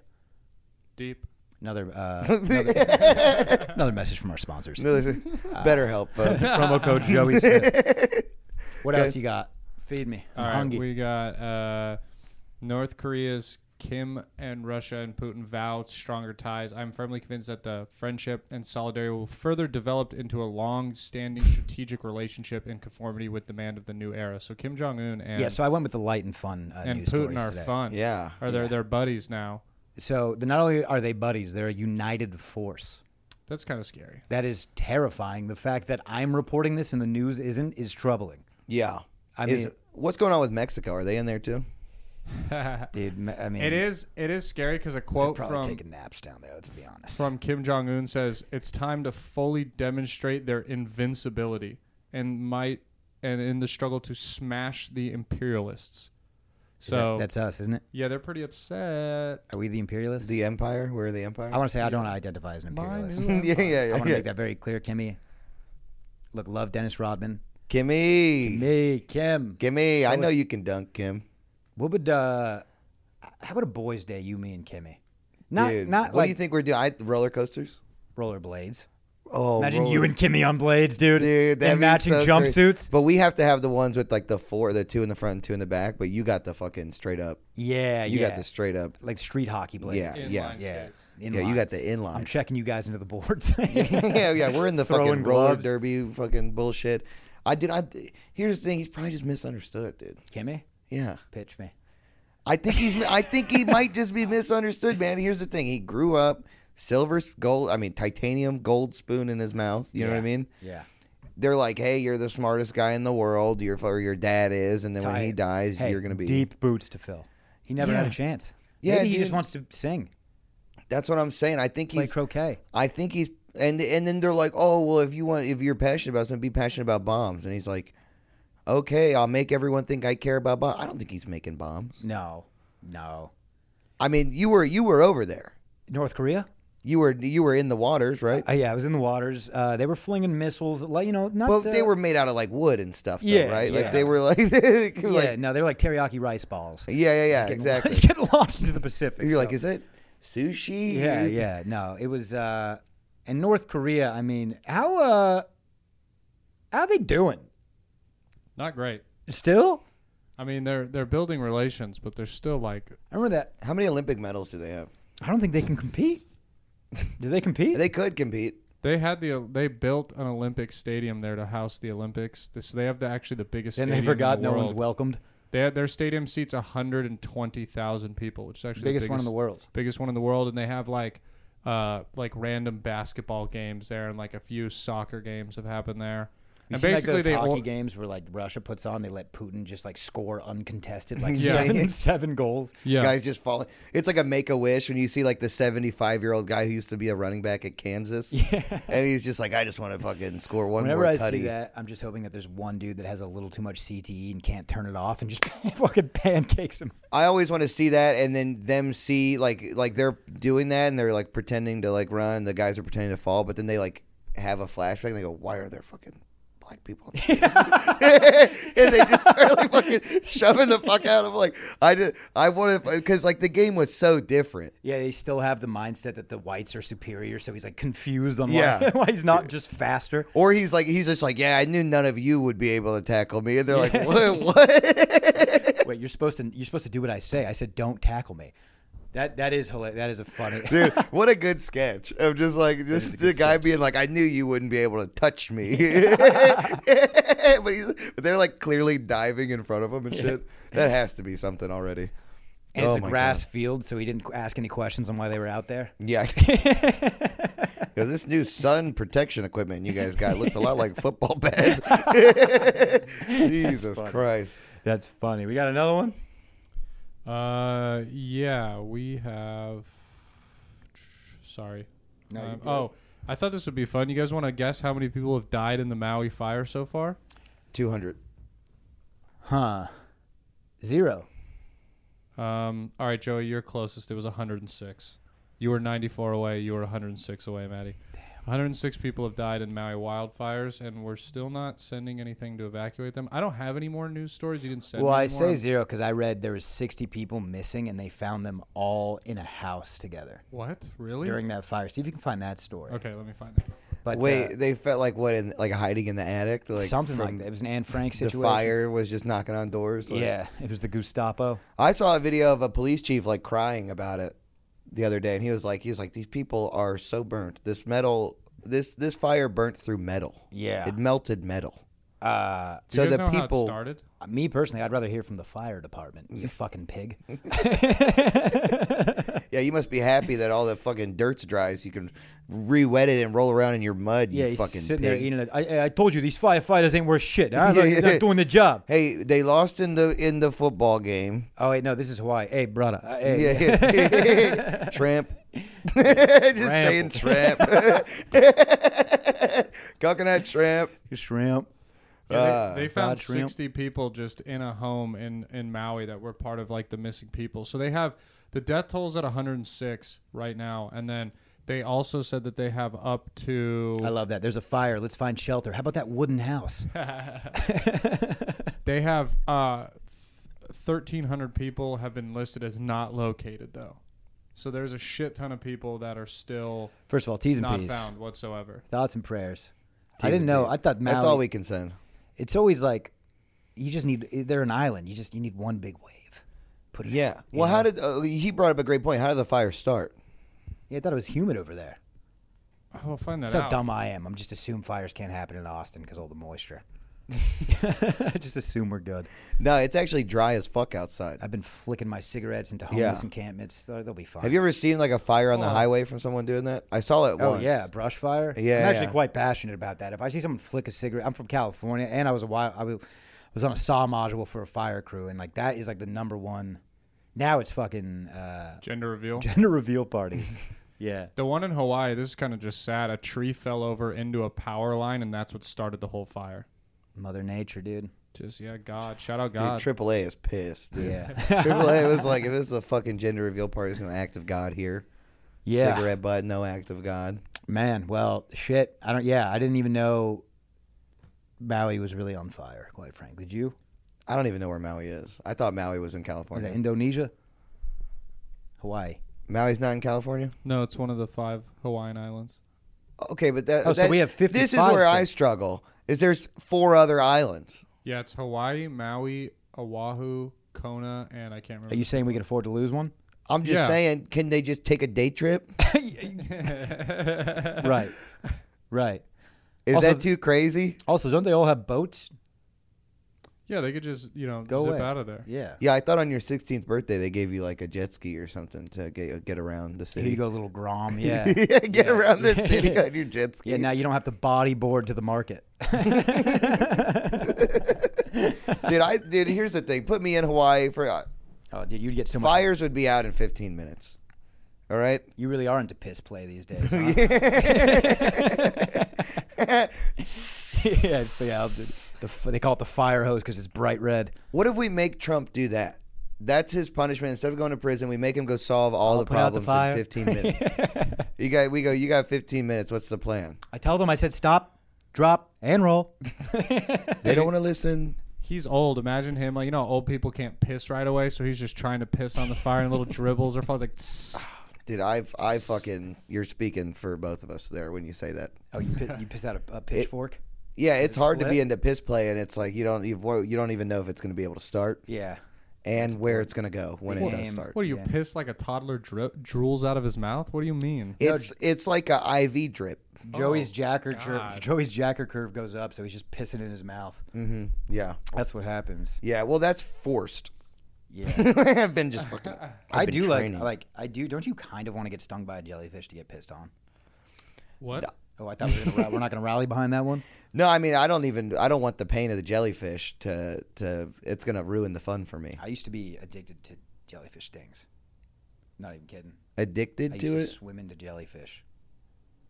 Deep. Another [laughs] uh, another, another [laughs] message from our sponsors. [laughs] No, [laughs] there's a- better help. folks. Promo code Joey Smith. What else you got? Feed me. I'm All right, hungry. we got uh, North Korea's Kim and Russia and Putin vow stronger ties. I'm firmly convinced that the friendship and solidarity will further develop into a long-standing strategic relationship in conformity with demand of the new era. So Kim Jong Un and yeah, so I went with the light and fun uh, and news Putin stories are today. [laughs] fun. yeah. are they are buddies now? So the, not only are they buddies, they're a united force. That's kind of scary. [laughs] That is terrifying. The fact that I'm reporting this and the news isn't is troubling. Yeah. I Is- mean- what's going on with Mexico? Are they in there too? Dude, ma- I mean, It is it is scary because a quote probably from taking naps down there. Let's be honest. from Kim Jong Un says it's time to fully demonstrate their invincibility and might and in the struggle to smash the imperialists. So that's us, isn't it? yeah, they're pretty upset. Are we the imperialists? The Empire? Where are the Empire? I want to say I don't identify as an My imperialist. new yeah, [laughs] I yeah, yeah. want to yeah. make that very clear, Kimmy. Look, love Dennis Rodman. Kimmy. Me, Kim. Kimmy. I know you can dunk, Kim. What would uh, how about a boys' day? You, me, and Kimmy. Not Dude, not what like do you think we're doing? I, roller coasters? rollerblades. Oh, Imagine roller- you and Kimmy on blades, dude. Dude, that'd and be matching so great. jumpsuits. But we have to have the ones with like the four, the two in the front and two in the back. But you got the fucking straight up. Yeah, You yeah. got the straight up. like street hockey blades. Yeah, yeah, Inline yeah. skates. yeah. You got the inlines. I'm inline. checking you guys into the boards. [laughs] yeah, yeah. We're in the Throwing fucking roller gloves. derby fucking bullshit. I did. I here's the thing. He's probably just misunderstood, dude. Kimmy, Yeah. pitch me. I think he's. I think he might just be misunderstood, man. Here's the thing: he grew up silver s- gold. I mean, titanium gold spoon in his mouth. You know what I mean? Yeah. They're like, "Hey, you're the smartest guy in the world. Your or your dad is, and then when Tight. he dies, Hey, you're gonna be." deep boots to fill. He never had Yeah. a chance. Yeah, Maybe he just dude. wants to sing, That's what I'm saying. I think play he's. croquet. I think he's. And and then they're like, "Oh, well, if you want, if you're passionate about something, be passionate about bombs." And he's like, "Okay, I'll make everyone think I care about bombs." I don't think he's making bombs. No, no. I mean, you were you were over there. North Korea. You were you were in the waters, right? Uh, yeah, I was in the waters. Uh, they were flinging missiles, like you know, not. Well, uh, they were made out of like wood and stuff, though, Yeah, right? yeah. Like they were like, [laughs] Yeah, like- no, they're like teriyaki rice balls. yeah, yeah, yeah, [laughs] Get- exactly. Get launched into the Pacific. You're like, so- is it sushi? Yeah, Is- yeah. No, it was. Uh, and North Korea. I mean, how uh, how they doing? Not great. Still, I mean, they're they're building relations, but they're still like I remember that. How many Olympic medals do they have? I don't think they can compete. Do they compete? They could compete. they had the they built an Olympic stadium there to house the Olympics. So they have the actually the biggest. and stadium they forgot in the no world. one's welcomed. They had their stadium seats 120,000 people, which is actually Biggest, the biggest one in the world. biggest one in the world, and they have like uh like random basketball games there, and like a few soccer games have happened there. You and see, basically, like those they hockey all, games where like Russia puts on, they let Putin just like score uncontested [laughs] like Yeah. seven, [laughs] seven goals. yeah, Guys just falling. It's like a make a wish when you see like the 75 year old guy who used to be a running back at Kansas. Yeah. And he's just like, I just want to fucking score one Whenever more I tutty. see that, I'm just hoping that there's one dude that has a little too much CTE and can't turn it off and just [laughs] fucking pancakes him. I always want to see that, and then them see like like they're doing that, and they're like pretending to like run, and the guys are pretending to fall, but then they like have a flashback, and they go, "Why are there fucking black people?" on [laughs] the team?" and they just start like fucking shoving the fuck out of like I did. I wanted because like the game was so different. Yeah, they still have the mindset that the whites are superior, so he's like confused on why, Yeah. [laughs] why he's not just faster. Or he's like, he's just like, yeah, I knew none of you would be able to tackle me, and they're like, what? what? Wait, you're supposed to you're supposed to do what I say. I said don't tackle me. That that is hilarious. That is a funny. Dude, [laughs] what a good sketch of just like just the guy being like, I knew you wouldn't be able to touch me. [laughs] but he's but they're like clearly diving in front of him and shit. That has to be something already. and it's Oh a my grass field, so he didn't qu- ask any questions on why they were out there. [laughs] [laughs] Yeah. Because this new sun protection equipment you guys got looks a lot like [laughs] football pads. [laughs] Jesus Christ. That's funny. We got another one. uh, yeah, we have. [sighs] Sorry, No, you're Um, good. oh, I thought this would be fun. You guys want to guess how many people have died in the Maui fire so far? 200. Huh. Zero. Um, all right, Joey, you're closest. It was 106. You were 94 away. You were 106 away, Maddie. 106 people have died in Maui wildfires, and we're still not sending anything to evacuate them. I don't have any more news stories. You didn't send. Well, me I any more. say zero because I read there was 60 people missing, and they found them all in a house together what? Really? during that fire. See if you can find that story. okay, let me find it. But Wait, uh, they felt like what, in, like hiding in the attic? Like something from like that. It was an Anne Frank The situation. fire was just knocking on doors. like- Yeah, it was the Gestapo. I saw a video of a police chief like crying about it the other day, and he was like, he's like, these people are so burnt. This metal, this this fire burnt through metal. Yeah. it melted metal. [laughs] Uh, Do so you guys the know how it people, started? [laughs] me personally, I'd rather hear from the fire department. You fucking pig. Yeah, you must be happy that all the fucking dirt's dry, so you can re-wet it and roll around in your mud. Yeah, you he's fucking sitting there pig. eating it. I, I told you these firefighters ain't worth shit. Huh? Yeah, They're [laughs] yeah. not doing the job. Hey, they lost in the in the [laughs] football game. Oh wait, no, this is Hawaii. Hey, brother. Uh, hey. Yeah. [laughs] tramp. Just saying [laughs] tramp. [laughs] Coconut tramp. Shrimp. uh, Yeah, they, they Ah. Fried found shrimp. 60 people just in a home in, in Maui that were part of like the missing people. So they have the death tolls at 106 right now, and then they also said that they have up to I love that. There's a fire. Let's find shelter. How about that wooden house? they have uh, 1,300 people have been listed as not located though. So there's a shit ton of people that are still First of all, T's and not P's. found whatsoever. Thoughts and prayers. T's I didn't and know. P's. I thought Maui. That's all we can send. It's always like you just need. They're an island. You just you need one big wave. Put it Yeah. you Well, how know? did uh, he brought up a great point? How did the fire start? Yeah, I thought it was humid over there. I will find that That's how out. dumb I am. I'm just assume fires can't happen in Austin because all the [laughs] moisture. [laughs] I just assume we're good. No, it's actually dry as fuck outside. I've been flicking my cigarettes into Yeah. homeless encampments. They'll, they'll be fine. Have you ever seen like a fire on the highway from someone doing that? I saw it Oh once. yeah, brush fire. Yeah, I'm actually yeah. quite passionate about that. If I see someone flick a cigarette, I'm from California, and I was a wild. I wa- was on a saw module for a fire crew, and like that is like the number one. Now it's fucking uh, [laughs] Gender reveal. gender reveal parties. Yeah. The one in Hawaii, this is kind of just sad. A tree fell over into a power line, and that's what started the whole fire. Mother nature, dude. Just yeah, God. Shout out Dude, God. AAA is pissed. Dude. Yeah, [laughs] [laughs] AAA was like, if this was a fucking gender reveal party, there's no act of God here. Yeah. Cigarette butt, no act of God. man. Well, shit. I don't. Yeah, I didn't even know Maui was really on fire. Quite frankly, did you? I don't even know where Maui is. I thought Maui was in Was California. that Indonesia? Hawaii. Maui's not in California? no, it's one of the five Hawaiian islands. Okay, but that, Oh, so that- we have This is 55 where I states. struggle. Is there's four other islands. Yeah, it's Hawaii, Maui, Oahu, Kona, and I can't remember. Are you saying we can afford to lose one? I'm just Yeah. saying, can they just take a day trip? [laughs] right. [laughs] Right. Is Also- that too crazy? Also, don't they all have boats? yeah, they could just you know Go zip away. out of there. Yeah. Yeah, I thought on your 16th birthday they gave you like a jet ski or something to get get around the Here city. you [laughs] go, little [laughs] Grom. Yeah. get Yeah. around [laughs] the city on your jet ski. yeah. Now you don't have to bodyboard to the [laughs] market. dude, I dude, here's the thing. Put me in Hawaii for uh, Oh, dude, you'd get so much. fires would be out in 15 minutes. All right? You really are into piss play these [laughs] days. huh? yeah. So yeah, the, the, f- they call it the fire hose because it's bright red. What if we make Trump do that? That's his punishment. Instead of going to prison, we make him go solve all the put out the problems fire. [laughs] in 15 minutes. you got, we go. You got 15 minutes. What's the plan? I told them I said stop, drop, and [laughs] roll. They don't want to listen. He's old. Imagine him like you know old people can't piss right away, so he's just trying to piss on the fire and little dribbles or falls like. "Tss." Dude, I, I fucking, you're speaking for both of us there when you say that. Oh, you pi- you piss out a, a pitchfork. Yeah, it's it hard to be split? into piss play, and it's like you don't, you avo- you don't even know if it's going to be able to start yeah. and where it's going to go when it does Game. start. What do you Yeah. piss like a toddler dri- drools out of his mouth? What do you mean? It's, it's like a IV drip. Joey's jacker God. curve. Joey's jacker curve goes up, so he's just pissing in his mouth. hmm Yeah, That's what happens. yeah. Well, that's forced. Yeah. [laughs] I've been just [laughs] fucking. I've I been do training. like like I do. Don't you kind of want to get stung by a jellyfish to get pissed on? What? Oh, I thought we were, gonna, ra- we're not going to rally behind that one. No, I mean I don't even I don't want the pain of the jellyfish to to it's gonna ruin the fun for me. I used to be addicted to jellyfish stings. Not even kidding. I Addicted used to to it. swim into jellyfish.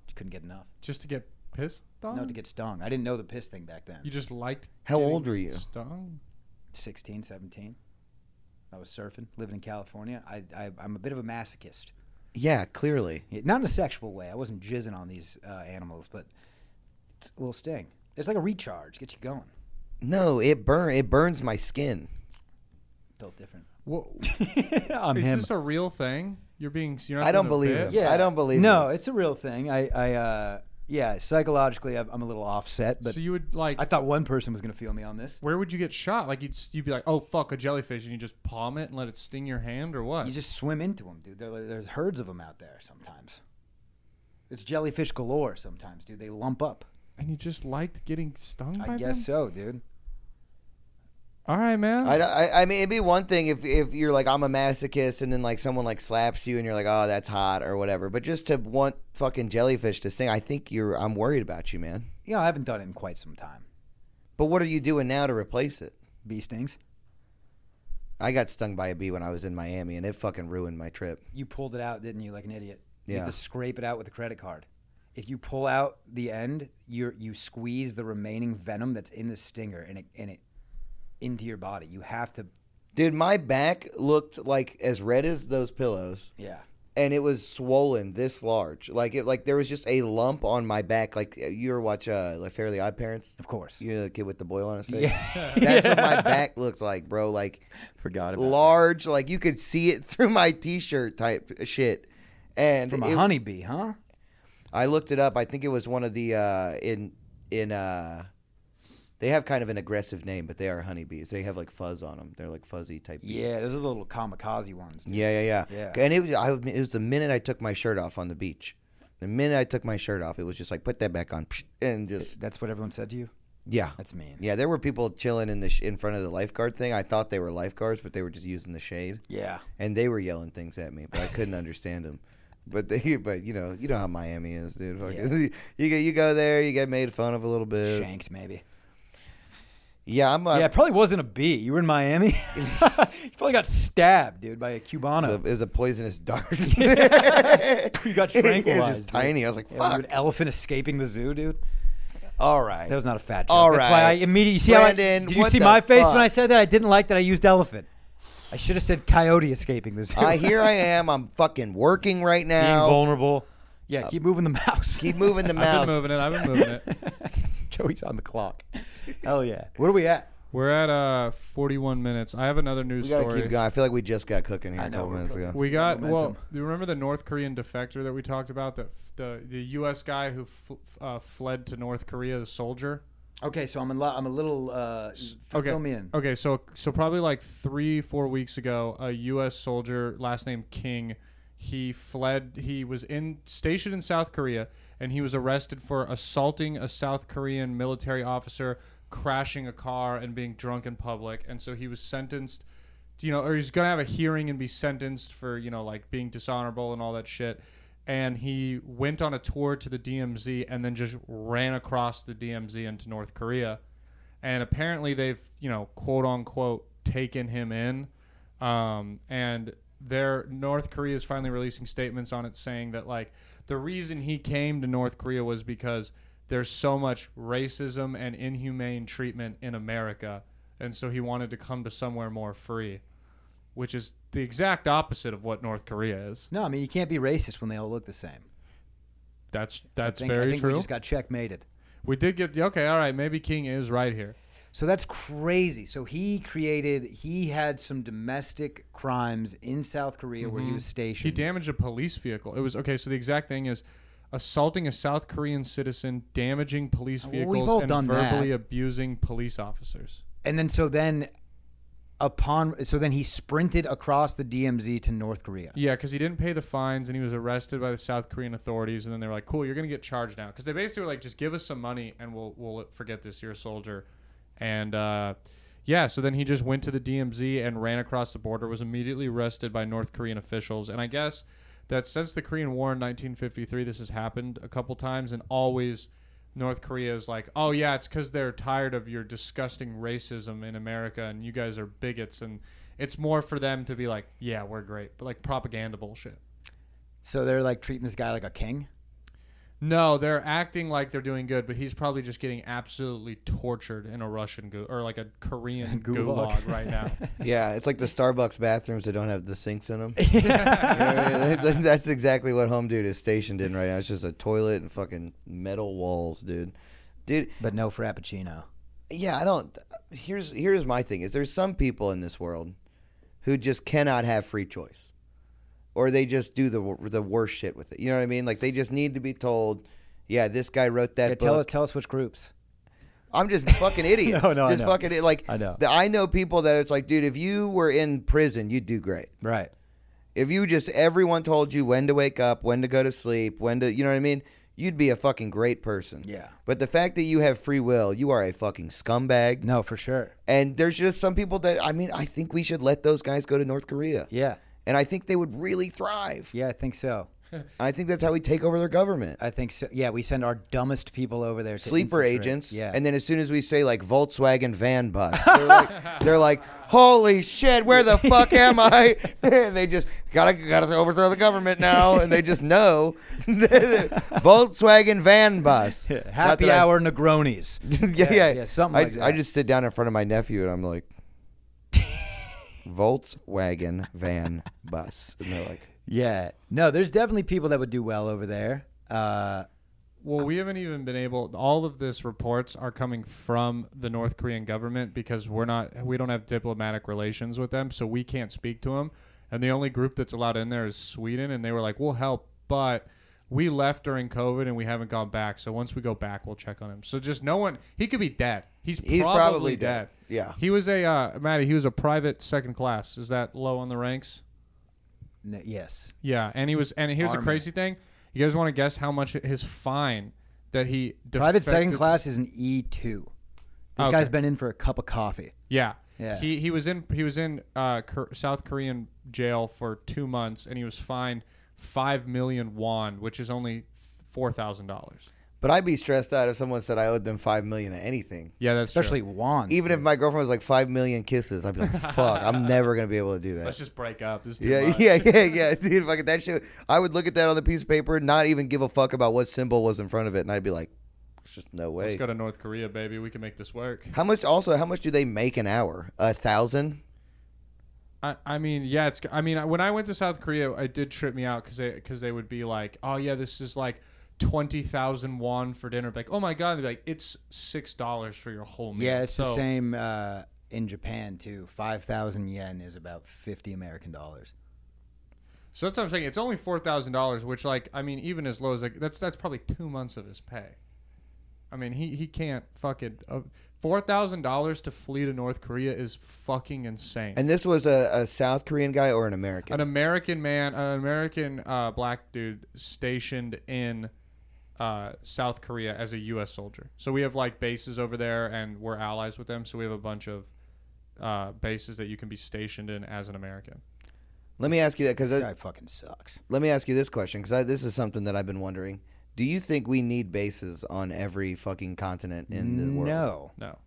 Just couldn't get enough. Just to get pissed on? No, to get stung. I didn't know the piss thing back you then. just liked. How getting old were you? Stung. 16, 17. I was surfing, living in California. I, I I'm a bit of a masochist. Yeah, clearly. Yeah, Not in a sexual way. I wasn't jizzing on these uh, animals, but it's a little sting. It's like a recharge. Get you going. No, it burn it burns my skin. Built [laughs] different. What, [laughs] On is him. this a real thing? You're being. You're not I don't doing a believe bit? it. Yeah. I don't believe No, this. it's a real thing. I, I, uh, yeah, psychologically, I'm, I'm a little offset, but so you would like. I thought one person was gonna feel me on this. where would you get shot? Like you'd you'd be like, oh fuck, a jellyfish, and you just palm it and let it sting your hand or what? You just swim into them, dude. There, there's herds of them out there sometimes. It's jellyfish galore sometimes, dude. They lump up. and you just liked getting stung. I by guess them? so, dude. All right, man. I, I, I mean, it'd be one thing if, if you're like, I'm a masochist, and then like someone like slaps you, and you're like, oh, that's hot or whatever. But just to want fucking jellyfish to sting, I think you're, I'm worried about you, man. You know, I haven't done it in quite some time. But what are you doing now to replace it? Bee stings. I got stung by a bee when I was in Miami, and it fucking ruined my trip. You pulled it out, didn't you, like an idiot? You Yeah. have to scrape it out with a credit card. If you pull out the end, you you squeeze the remaining venom that's in the stinger and it and it into your body. You have to, Dude, my back looked like as red as those pillows, yeah. and it was swollen this large. Like it, like there was just a lump on my back. Like you ever watch uh, like Fairly Odd Parents? Of course. [laughs] You know the kid with the boil on his face. That's what my back looked like, bro. Like Forgot about large, like you could see it through my T-shirt type shit. And From a it- honeybee, huh? I looked it up. I think it was one of the uh, in in uh, they have kind of an aggressive name, but they are honeybees. They have like fuzz on them. They're like fuzzy type. bees. Yeah, those are the little kamikaze ones. dude. Yeah, yeah, yeah. Yeah. And it was, I, it was the minute I took my shirt off on the beach. The minute I took my shirt off, it was just like put that back on, and just That's what everyone said to you. yeah, That's mean. yeah. There were people chilling in the sh- in front of the lifeguard thing. I thought they were lifeguards, but they were just using the shade, Yeah. and they were yelling things at me, but I couldn't understand them. But they, [laughs] but you know, you know how Miami is, dude. Fucking- [laughs] you go, you go there, you get made fun of a little bit. Shanked maybe. Yeah, I'm. Uh, yeah, it probably wasn't a bee. You were in Miami. [laughs] you probably got stabbed, dude, by a it, was a, Cubano. it was a [laughs] poisonous [laughs] dart. you got [laughs] it tranquilized. was just dude. tiny. I was like, Yeah, were you fuck. an elephant escaping the zoo, dude. All right. That was not a fat joke. All That's why I right. immediately you see how I, Brandon, did you what see the my face when fuck? I said that? I didn't like that I used elephant. I should have said coyote escaping the zoo. [laughs] I here I am. I'm fucking working right [laughs] being now. Uh, vulnerable. Yeah, keep moving the mouse. [laughs] Keep moving the I've mouse. been moving it. I've been moving it. Joey's on the clock. Hell [laughs] yeah. What are we at? We're at uh 41 minutes. I have another news We gotta story. keep going. I feel like we just got cooking here a know, couple we're minutes ago. We got well. momentum. Do you remember the North Korean defector that we talked about? The the the U.S. guy who f- uh, fled to North Korea, the soldier. Okay, so I'm a, lo- I'm a little uh, f- Okay. fill me in. Okay, so so probably like three four weeks ago, a U.S. soldier, last name King, he fled. He was in stationed in South Korea, and he was arrested for assaulting a South Korean military officer, crashing a car, and being drunk in public. And so he was sentenced. You know, or he's gonna have a hearing and be sentenced for you know like being dishonorable and all that shit. And he went on a tour to the DMZ and then just ran across the DMZ into North Korea and apparently they've you know quote unquote taken him in um, and their north korea is finally releasing statements on it saying that like the reason he came to north korea was because there's so much racism and inhumane treatment in america and so he wanted to come to somewhere more free which is the exact opposite of what north korea is No, I mean you can't be racist when they all look the same. that's I that's think, very I think true We just got checkmated. we did get okay all right maybe king is right here So that's crazy. So he created, he had some domestic crimes in South Korea where Mm-hmm. he was stationed. He damaged a police vehicle. It was okay. So the exact thing is assaulting a South Korean citizen, damaging police Well, we've vehicles, all and done that. verbally abusing police officers. And then so then upon so then he sprinted across the DMZ to North Korea. Yeah, because he didn't pay the fines and he was arrested by the South Korean authorities. And then they were like, "Cool, you're gonna get charged now." Because they basically were like, "Just give us some money and we'll we'll forget this. You're a soldier." And uh, yeah, so then he just went to the DMZ and ran across the border. Was immediately arrested by North Korean officials. And I guess that since the Korean War in 1953, this has happened a couple times, and always North Korea is like, oh yeah, it's because they're tired of your disgusting racism in America, and you guys are bigots, and it's more for them to be like, yeah, we're great, but like propaganda bullshit. So they're like treating this guy like a [laughs] king. No, they're acting like they're doing good, but he's probably just getting absolutely tortured in a Russian gu- or like a Korean gulag, Gulag. right now. Yeah, it's like the Starbucks bathrooms that don't have the sinks in them. You know what [laughs] I mean? That's exactly what Home Dude is stationed in right now. It's just a toilet and fucking metal walls, dude. Dude, But no Frappuccino. yeah, I don't. Here's here's my thing: is there's some people in this world who just cannot have free choice, or they just do the wor- the worst shit with it. You know what I mean? Like they just need to be told, yeah, this guy wrote that Yeah, book. tell us tell us which groups. I'm just [laughs] fucking idiots. No, no, I just know. fucking i- like I know. The, I know people that it's like, dude, if you were in prison, you'd do great. Right. If you just everyone told you when to wake up, when to go to sleep, when to you know what I mean, you'd be a fucking great person. Yeah. But the fact that you have free will, you are a fucking scumbag. No, for sure. And there's just some people that I mean, I think we should let those guys go to North Korea. Yeah. And I think they would really thrive. Yeah, I think so. And I think that's how we take over their government. I think so. Yeah, we send our dumbest people over there. To Sleeper infiltrate. agents. Yeah. [laughs] And then as soon as we say like Volkswagen van bus, [laughs] they're like, they're like holy shit, where the fuck am I? [laughs] and they just gotta gotta overthrow the government now. And they just know [laughs] Volkswagen van bus. Not [laughs] happy that I- hour Negronis. [laughs] yeah, yeah, yeah, something I, like that. I just sit down in front of my nephew and [laughs] I'm like, Volkswagen van bus, and they're like, [laughs] yeah. No, there's definitely people that would do well over there. Uh, Well, we haven't even been able. All of this reports are coming from the North Korean government because we're not. We don't have diplomatic relations with them, so we can't speak to them. And the only group that's allowed in there is Sweden, and they were like, "We'll help," but we left during COVID and we haven't gone back. So once we go back, we'll check on him. So just no one. He could be dead. He's probably, He's probably dead. Yeah. He was a uh, Maddie. He was a private second class. Is that low on the ranks? n- yes. Yeah, and he was. And here's the Army. crazy thing. You guys want to guess how much his fine that he Private second defected- class is an E two. This Okay. guy's been in for a cup of coffee. Yeah. Yeah. He he was in he was in uh, Kor- South Korean jail for two months, and he was fined five million won, which is only four thousand dollars. but I'd be stressed out if someone said I owed them five million at anything. Yeah, that's Especially true. Wands. Even if my girlfriend was like five million kisses, I'd be [laughs] like, fuck, I'm never gonna be able to do that. Let's just break up. This is too yeah, much. yeah, yeah, yeah, [laughs] dude. Fucking that shit. I would look at that on the piece of paper, not even give a fuck about what symbol was in front of it, and I'd be like, "There's just no way." Let's go to North Korea, baby. We can make this work. How much? Also, how much do they make an hour? A thousand? I, I mean, yeah, it's. I mean, I- when I went to South Korea, it did trip me out because they because they would be like, oh yeah, this is like twenty thousand won for dinner. Be like, oh my god, they'd be like, it's six dollars for your whole meal. yeah, it's the Oh, So- same uh, in Japan too. Five thousand yen is about fifty American dollars. So that's what I'm saying. It's only four thousand dollars, which like I mean, even as low as like that's that's probably two months of his pay. I mean, he he can't fucking uh, four thousand dollars to flee to North Korea is fucking insane. And this was a, a South Korean guy or an American? an American man, an American uh, black dude stationed in uh, South Korea as a U.S. soldier. So we have like bases over there, and we're allies with them. So we have a bunch of uh, bases that you can be stationed in as an American. Let me ask you that because That guy fucking sucks. let me ask you this question because this is something that I've been wondering. Do you think we need bases on every fucking continent in the world? No, No,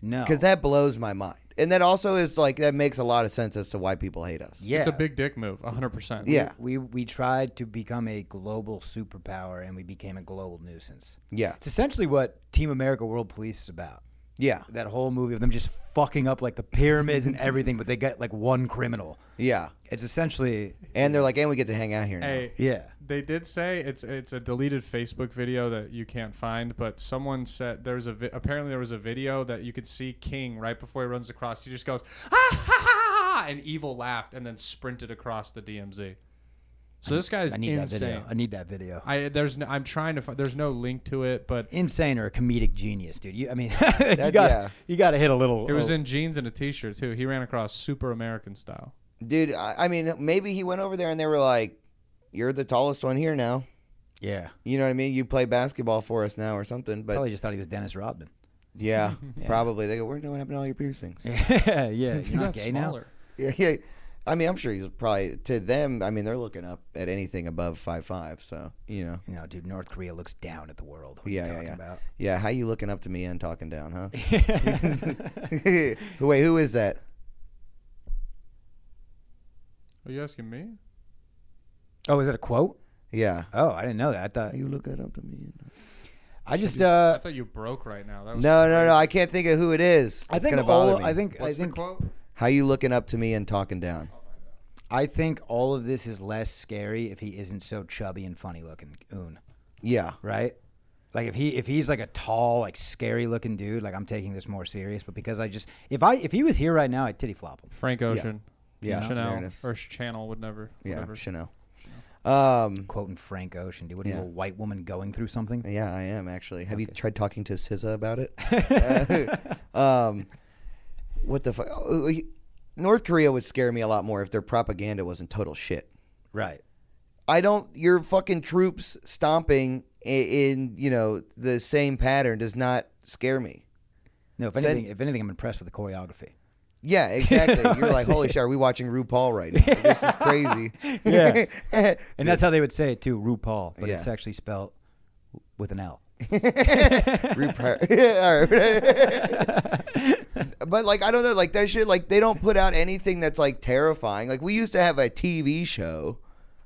no. because that blows my mind, and that also is like that makes a lot of sense as to why people hate us. yeah, it's a big dick move, hundred percent. yeah, we we tried to become a global superpower and we became a global nuisance. yeah, It's essentially what Team America World Police is about. yeah, That whole movie of them just fucking up like the pyramids and everything, but they get like one criminal. yeah. It's essentially And they're like, and we get to hang out here. Now. Hey, yeah. They did say it's it's a deleted Facebook video that you can't find, but someone said there was a vi- apparently there was a video that you could see King right before he runs across. He just goes ah ha ha, ha," and evil laughed and then sprinted across the DMZ. So this guy's I need that insane. video. I need that video. I there's no, I'm trying to find, there's no link to it, but Insane or a comedic genius, dude. You, I mean, [laughs] you got yeah. you got to hit a little. oh, it was in jeans and a t-shirt too. He ran across super American style. dude. I, I mean, maybe he went over there and they were like, "You're the tallest one here now." yeah. You know what I mean? You play basketball for us now or something. But Probably just thought he was Dennis [laughs] Rodman. yeah, probably they go, "Where what happened to all your piercings?" [laughs] yeah, yeah. He You're not got gay now. smaller. Yeah, yeah. I mean, I'm sure he's probably to them. I mean, they're looking up at anything above five five. So you know, No, dude. North Korea looks down at the world. What are you Yeah, yeah, talking yeah. about? yeah. How you looking up to me and talking down, huh? [laughs] Wait, who is that? Are you asking me? [laughs] Oh, is that a quote? Yeah. Oh, I didn't know that. I thought How you looking up to me? And... I just I uh, thought you broke right now. That was No, no, no. I can't think of who it is. I It's think gonna bother all me. I think What's I think the quote? How you looking up to me and talking down? I think all of this is less scary if he isn't so chubby and funny looking. Oon, Yeah. right? Like if he if he's like a tall, like scary looking dude, like I'm taking this more serious. But because I just if I if he was here right now, I'd titty flop him. Frank Ocean. Yeah, Chanel there it is. or Channel would never. Yeah. whatever. Chanel. Um. Quoting Frank Ocean, dude. What are you, Yeah. a white woman going through something? Yeah, I am actually. Have you tried talking to SZA about [laughs] it? [laughs] um, what the fuck? North Korea would scare me a lot more if their propaganda wasn't total shit. Right. I don't. Your fucking troops stomping i- in you know the same pattern does not scare me. No, if Said- anything, if anything, I'm impressed with the choreography. Yeah, exactly. You're like, holy shit, are we watching RuPaul right now? This is crazy. Yeah. And that's how they would say it too, RuPaul, but Yeah. it's actually spelled with an L. RuPaul. All right. [laughs] but like, I don't know, like that shit. Like, they don't put out anything that's like terrifying. Like, we used to have a TV show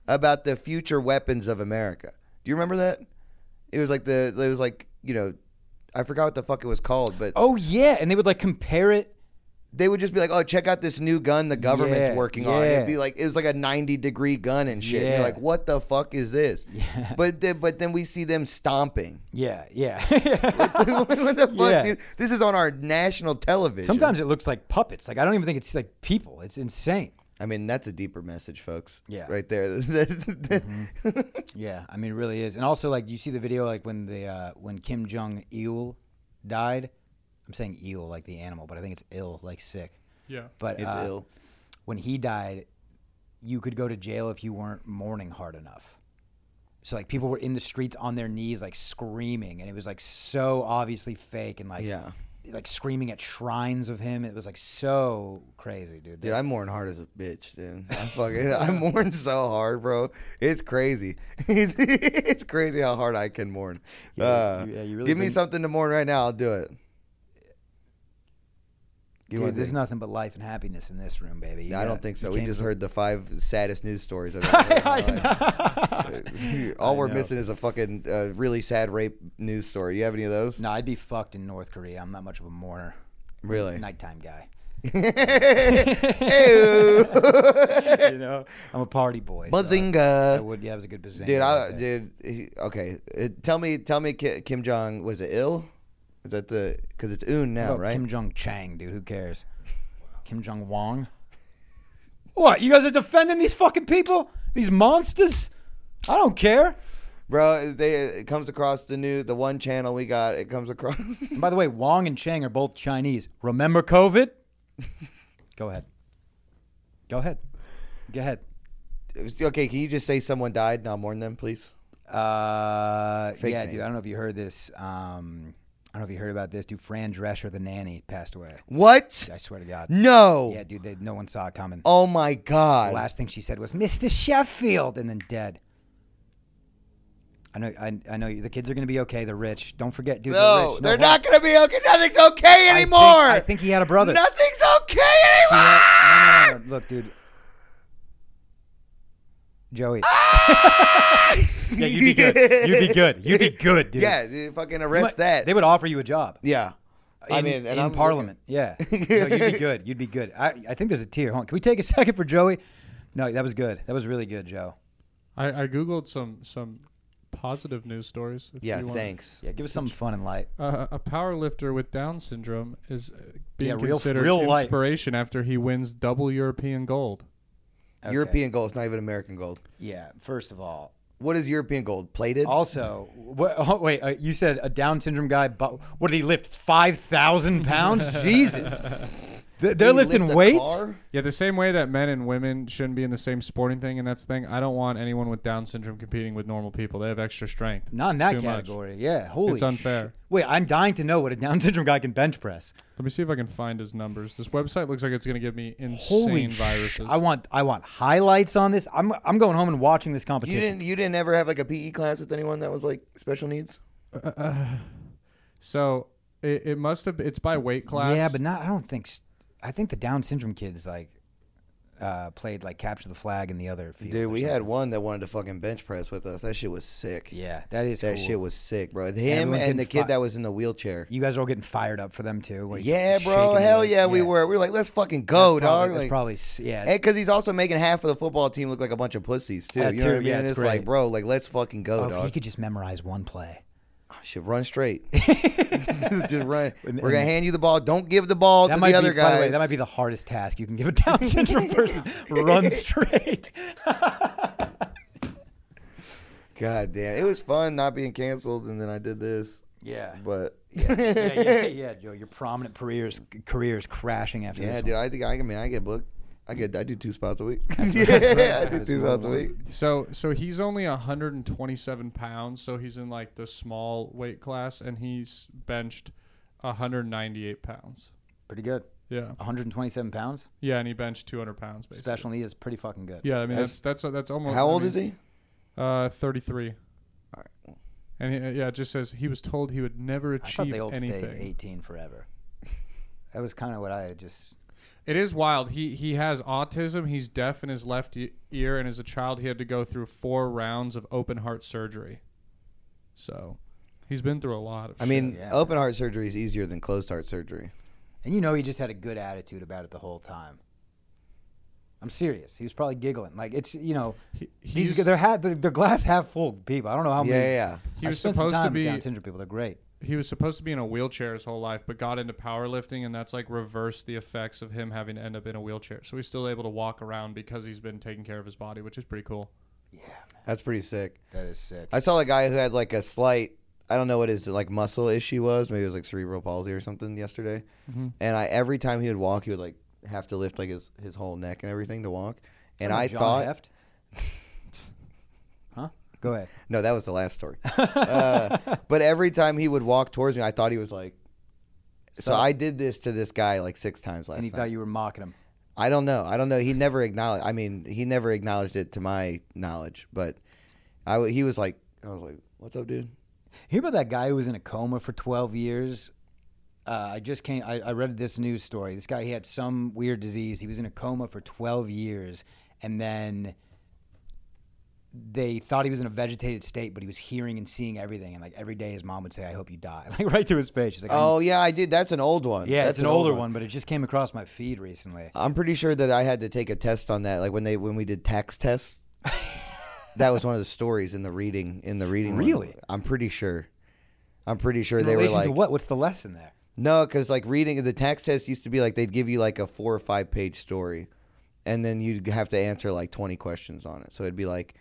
about the future weapons of America. Do you remember that? It was like the. It was like you know, I forgot what the fuck it was called, but Oh yeah, and they would like compare it. they would just be like, "Oh, check out this new gun the government's Yeah, working on." yeah. It'd be like it was like a ninety degree gun and shit. And Yeah. you're like, "What the fuck is [laughs] this?" But the, but then we see them stomping. [laughs] Yeah, yeah. [laughs] what the fuck, Yeah. dude? This is on our national television. Sometimes it looks like puppets. Like I don't even think it's like people. It's insane. I mean that's a deeper message, folks. Yeah. Mm-hmm. right there. [laughs] Yeah, I mean, it really is. And also, like, you see the video, like when the uh, when Kim Jong Il died. I'm saying eel like the animal, but I think it's ill, like sick. Yeah. But it's uh, ill. when he died, you could go to jail if you weren't mourning hard enough. So like people were in the streets on their knees like screaming, and it was like so obviously fake and like Yeah. like screaming at shrines of him. It was like so crazy, dude. Dude, I mourn hard as a [laughs] bitch, dude. I fucking I mourn so hard, bro. It's crazy. [laughs] It's, it's crazy how hard I can mourn. Yeah, you- yeah, you really give me been- something to mourn right now. I'll do it. Give me Dude, one there's thing. nothing but life and happiness in this room, baby. You I gotta- don't think you so. We can't- [laughs] just heard the five saddest news stories I've ever heard. [laughs] in my life. All we're missing is a fucking uh, really sad rape news story. You have any of those? No, I'd be fucked in North Korea. I'm not much of a mourner. Really? Nighttime [laughs] guy. [laughs] Ew. you know, I'm a party boy. so I Bazinga. would. Yeah, that was a good position. Dude, I, dude. he- Okay, Uh, tell me, tell me, Ki- Kim Jong was it ill? Is that the? Because it's Un now, right? Kim Jong Chang, dude. Who [laughs] cares? Kim Jong Wong. What? You guys are defending these fucking people? These monsters? I don't care. Bro, they it comes across the new the one channel we got. It comes across. [laughs] And by the way, Wong and Chang are both Chinese. Remember [laughs] COVID? Go ahead. Go ahead. Go ahead. okay, can you just say someone died and I'll mourn them, please? Uh, Fake yeah, name. dude. I don't know if you heard this. Um, I don't know if you heard about this. Dude, Fran Drescher, the nanny, passed away. What? I swear to God. No. Yeah, dude. They, no one saw it coming. Oh my The god. last thing she said was Mr. Sheffield, and then dead. I know, I, I know the kids are gonna be okay. They're rich. Don't forget, dude. they're, no, rich. they're one- not gonna be okay. Nothing's okay I think- anymore. I think, he had a brother. Nothing's okay He anymore. had- Ah! no, no, no, no. Look, dude. Joey. yeah, you'd be good. You'd be good. You'd be good, dude. Ah! Yeah, dude, fucking arrest that. They would offer you a job. yeah. I in- mean, in and I'm Parliament, [laughs] yeah, no, you'd be good. You'd be good. I, I think there's a tear. Hold on. Can we take a [laughs] second for Joey? No, that was good. That was really good, Joe. I, I googled some some positive news stories. if Yeah, you wanna- thanks. Yeah, give us something fun and light. Uh, a power lifter with Down syndrome is uh, being Yeah, real- considered real life. inspiration after he wins double European gold. Okay. European gold. It's not even American gold. Yeah, first of all. What is European gold? Plated? Also, what, [laughs] oh, wait, uh, you said a Down syndrome guy, but what did he lift? 5,000 [laughs] pounds? Jesus. Th- They're Can you lift lifting a weights? car? Yeah, the same way that men and women shouldn't be in the same sporting thing and that's the thing. I don't want anyone with Down syndrome competing with normal people. They have extra strength. Not in It's that too much. category. Yeah, holy It's unfair. shit. Wait, I'm dying to know what a Down syndrome guy can bench press. Let me see if I can find his numbers. This website looks like it's going to give me insane Holy viruses. shit. I want I want highlights on this. I'm I'm going home and watching this You competition. didn't. You didn't ever have like a PE class with anyone that was like special needs. so it, it must have. It's by weight class. Yeah, but not I don't think s- I think the Down syndrome kids like uh, played like capture the flag in the other field. Dude, or we something. had one that wanted to fucking bench press with us. That shit was sick. Yeah, that is That cool. shit was sick, bro. Him Everyone's and the getting kid fi- that was in the wheelchair. You guys are all getting fired up for them too. where he's Yeah, bro. shaking the Hell legs. yeah, we were. We were like, let's fucking That's probably- go, dog. that's Like, probably s- yeah. and because he's also making half of the football team look like a bunch of pussies too. That you know what I too, mean? yeah, and it's it's like, great. bro, like let's fucking go, oh, if he dog. could just memorize one play. Oh, shit, run [laughs] straight. [laughs] Just run. We're gonna hand you the ball. Don't give the ball That to might the other be, by guys. the way, that might be the hardest task you can give a [laughs] Down syndrome person. Run straight. God damn, it was fun not being canceled, and then I did this. Yeah. But [laughs] Yeah, yeah, yeah, yeah, Joe. Your prominent careers careers crashing after yeah, this. dude, I think I, I mean I get booked. I get. I do two [laughs] spots a week. [laughs] yeah, I do two spots a week. So so he's only 127 pounds, so he's in like the small weight class, and he's benched 198 pounds. Pretty good. Yeah, 127 pounds. yeah, and he benched 200 pounds basically. Special knee is pretty fucking good. Yeah, I mean That's- that's that's that's almost. How I old mean, is he? Uh, 33. All right. And he, uh, yeah, it just says he was told he would never I thought achieve they all stayed anything. 18 forever. That was kind of what I had just. It is wild. He he has autism. He's deaf in his left e- ear, and as a child, he had to go through four rounds of open heart surgery. So, he's been through a lot of. I mean, Shit, yeah. open heart surgery is easier than closed heart surgery. And you know, he just had a good attitude about it the whole time. I'm serious. He was probably giggling. Like it's you know, shit. he, these he's- they're had they're, they're glass half full people. I don't know how Yeah, many. yeah, yeah. he I was spent some supposed to time with be Down syndrome people. They're great. he was supposed to be in a wheelchair his whole life, but got into powerlifting, and that's like reversed the effects of him having to end up in a wheelchair. So he's still able to walk around because he's been taking care of his body, which is pretty cool. That's pretty sick. That is sick. I saw a guy who had like a slight, I don't know what his like muscle issue was. Maybe it was like cerebral palsy or something yesterday. Mm-hmm. And I every time he would walk, he would like have to lift like his his whole neck and everything to walk. And I John thought, Heft? [laughs] huh? Go ahead. no, that was the [laughs] last story. uh, but every time he would walk towards me, I thought he was like. So, So- I did this to this guy like six times last And he night. thought you were mocking him. I don't know. I don't know. He never acknowledged. I mean, he never acknowledged it to my knowledge. But I w- he was like, I was like, "What's up, dude?" Hear about that guy who was in a coma for 12 years? Uh, I just came. I, I read this news story. This guy, he had some weird disease. He was in a coma for 12 years, and then they thought he was in a vegetated state, but he was hearing and seeing everything. And like every day, his mom would say, "I hope you die," [laughs] like right to his face. She's like, Oh yeah, I did. That's an old one. yeah, That's it's an, older one. but it just came across my feed recently." I'm pretty sure that I had to take a test on that. Like when they when we did tax [laughs] tests, that was one of the stories in the reading in the reading. one. Really? I'm pretty sure. I'm pretty sure In they were relation like to what? What's the lesson there? no, because like reading the tax test used to be like they'd give you like a four or five page story, and then you'd have to answer like 20 questions on it. So it'd be like.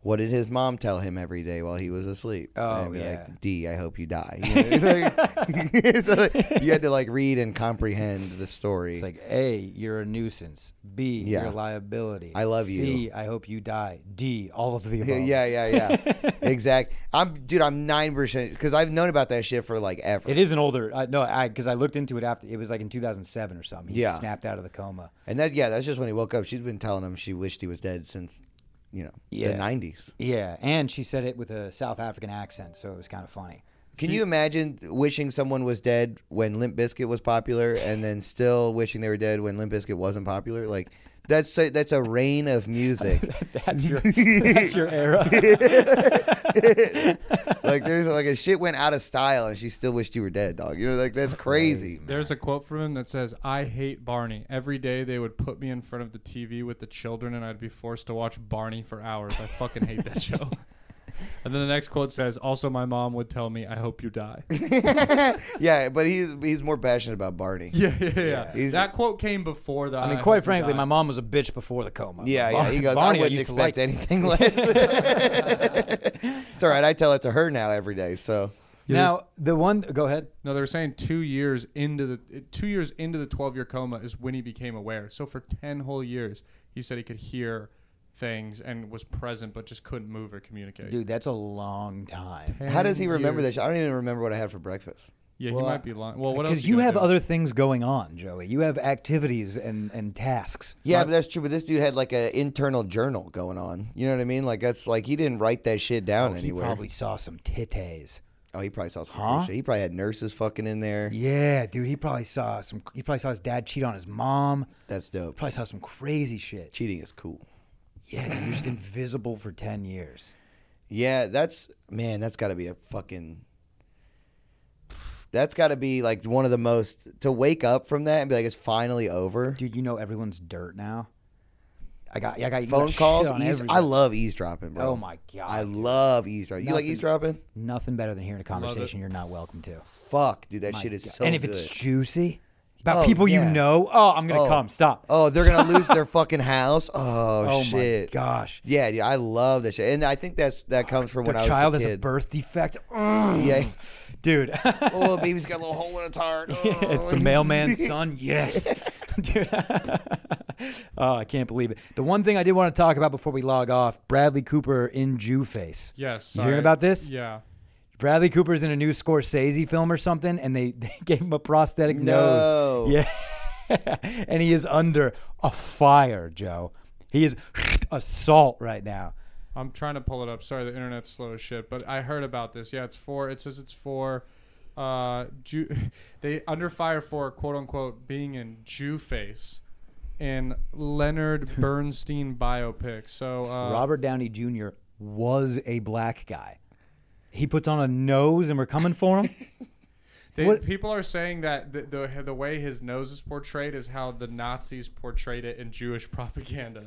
What did his mom tell him every day while he was asleep? And Oh, it'd be yeah. like, D, I hope [laughs] you die. You, know? [laughs] So, like, you had to like read and comprehend the story. It's like A, you're a nuisance. B, you're a Yeah. liability. I love C, you. C, I hope you die. D, all of [laughs] the [laughs] Yeah, above. yeah, yeah, [laughs] yeah. exact. I'm, dude. I'm nine percent because I've known about that shit for like ever. It is an older. Uh, no, I because I looked into it after it was like in 2007 or something. He Yeah. snapped out of the coma. And that, yeah, that's just when he woke up. She's been telling him she wished he was dead since, you know, Yeah. the '90s. Yeah, and she said it with a South African accent, so it was kind of funny. Can you imagine wishing someone was dead when Limp Bizkit was popular, and then still wishing they were dead when Limp Bizkit wasn't popular? Like, that's a, that's a reign of music. [laughs] That's [laughs] your that's your era. like, there's like a shit went out of style, and she still wished you were dead, dog. You know, like that's crazy. There's a quote from him that says, "I hate Barney. Every day they would put me in front of the TV with the children, and I'd be forced to watch Barney for hours. I fucking hate [laughs] that show." And then the next quote says, "Also, my mom would tell me, I hope [laughs] you die." [laughs] yeah, but he's he's more passionate about Barney. yeah, yeah, yeah. He's- That quote came before that. I mean, quite frankly, my mom was a bitch before the coma. Yeah, Bar- yeah. [laughs] He goes, Barney, I wouldn't used to expect like anything [laughs] less. [laughs] it's all right. I tell it to her now every day. So Now the one, go ahead. No, they were saying two years into the two years into the twelve year coma is when he became aware. So for ten whole years, he said he could hear things and was present, but just couldn't move or communicate. Dude, that's a long time. how does he 10 remember years. this? I don't even remember what I had for breakfast. Yeah, Well, he I- might be lying. Well, what else? Because you you gonna have do? other things going on, Joey. You have activities and and tasks. Yeah, but that's true. But this dude had like an internal journal going on. You know what I mean? Like that's like he didn't write that shit down Oh, He anywhere. probably saw some titties. oh, he probably saw some Huh? cool shit. He probably had nurses fucking in there. Yeah, dude. He probably saw some. He probably saw his dad cheat on his mom. That's dope. Probably saw some crazy shit. Cheating is cool. Yeah, dude, you're just invisible for ten years. Yeah, that's man. That's got to be a fucking. That's got to be like one of the most to wake up from that and be like it's finally over. Dude, you know everyone's dirt now. I got. I got you got phone shit calls. on Eaves- everybody. I love eavesdropping, bro. Oh my God, I dude. love eavesdropping. You like Nothing- eavesdropping? Nothing better than hearing a conversation you're not welcome to. Fuck, dude, that My shit is God. so and if good. it's juicy about Oh, people yeah. you know, oh, I'm gonna Oh. come. Stop. oh, they're gonna lose their fucking house. Oh, Oh shit. my gosh. Yeah, dude, I love that shit, and I think that's that comes from Their when I was child a has a kid. birth defect. Ugh. Yeah. Dude. [laughs] oh, baby's [laughs] got a little hole in its heart. Oh. [laughs] it's the mailman's son. Yes. Dude. oh, I can't believe it. The one thing I did want to talk about before we log off: Bradley Cooper in Jew Face. Yes. You hearing sorry. about this? Yeah. Bradley Cooper's in a new Scorsese film or something, and they, [laughs] they gave him a prosthetic No. nose. Yeah. [laughs] and he is under a fire, Joe. He is [laughs] assault right now. I'm trying to pull it up. Sorry, the internet's slow as shit. But I heard about this. Yeah, it's for. It says it's for. Uh, Jew, [laughs] they under fire for quote unquote being in Jew face, in Leonard [laughs] Bernstein biopic. So uh, Robert Downey Jr. was a black guy. He puts on a nose, and we're coming for him. They, What- people are saying that the, the the way his nose is portrayed is how the Nazis portrayed it in Jewish [laughs] propaganda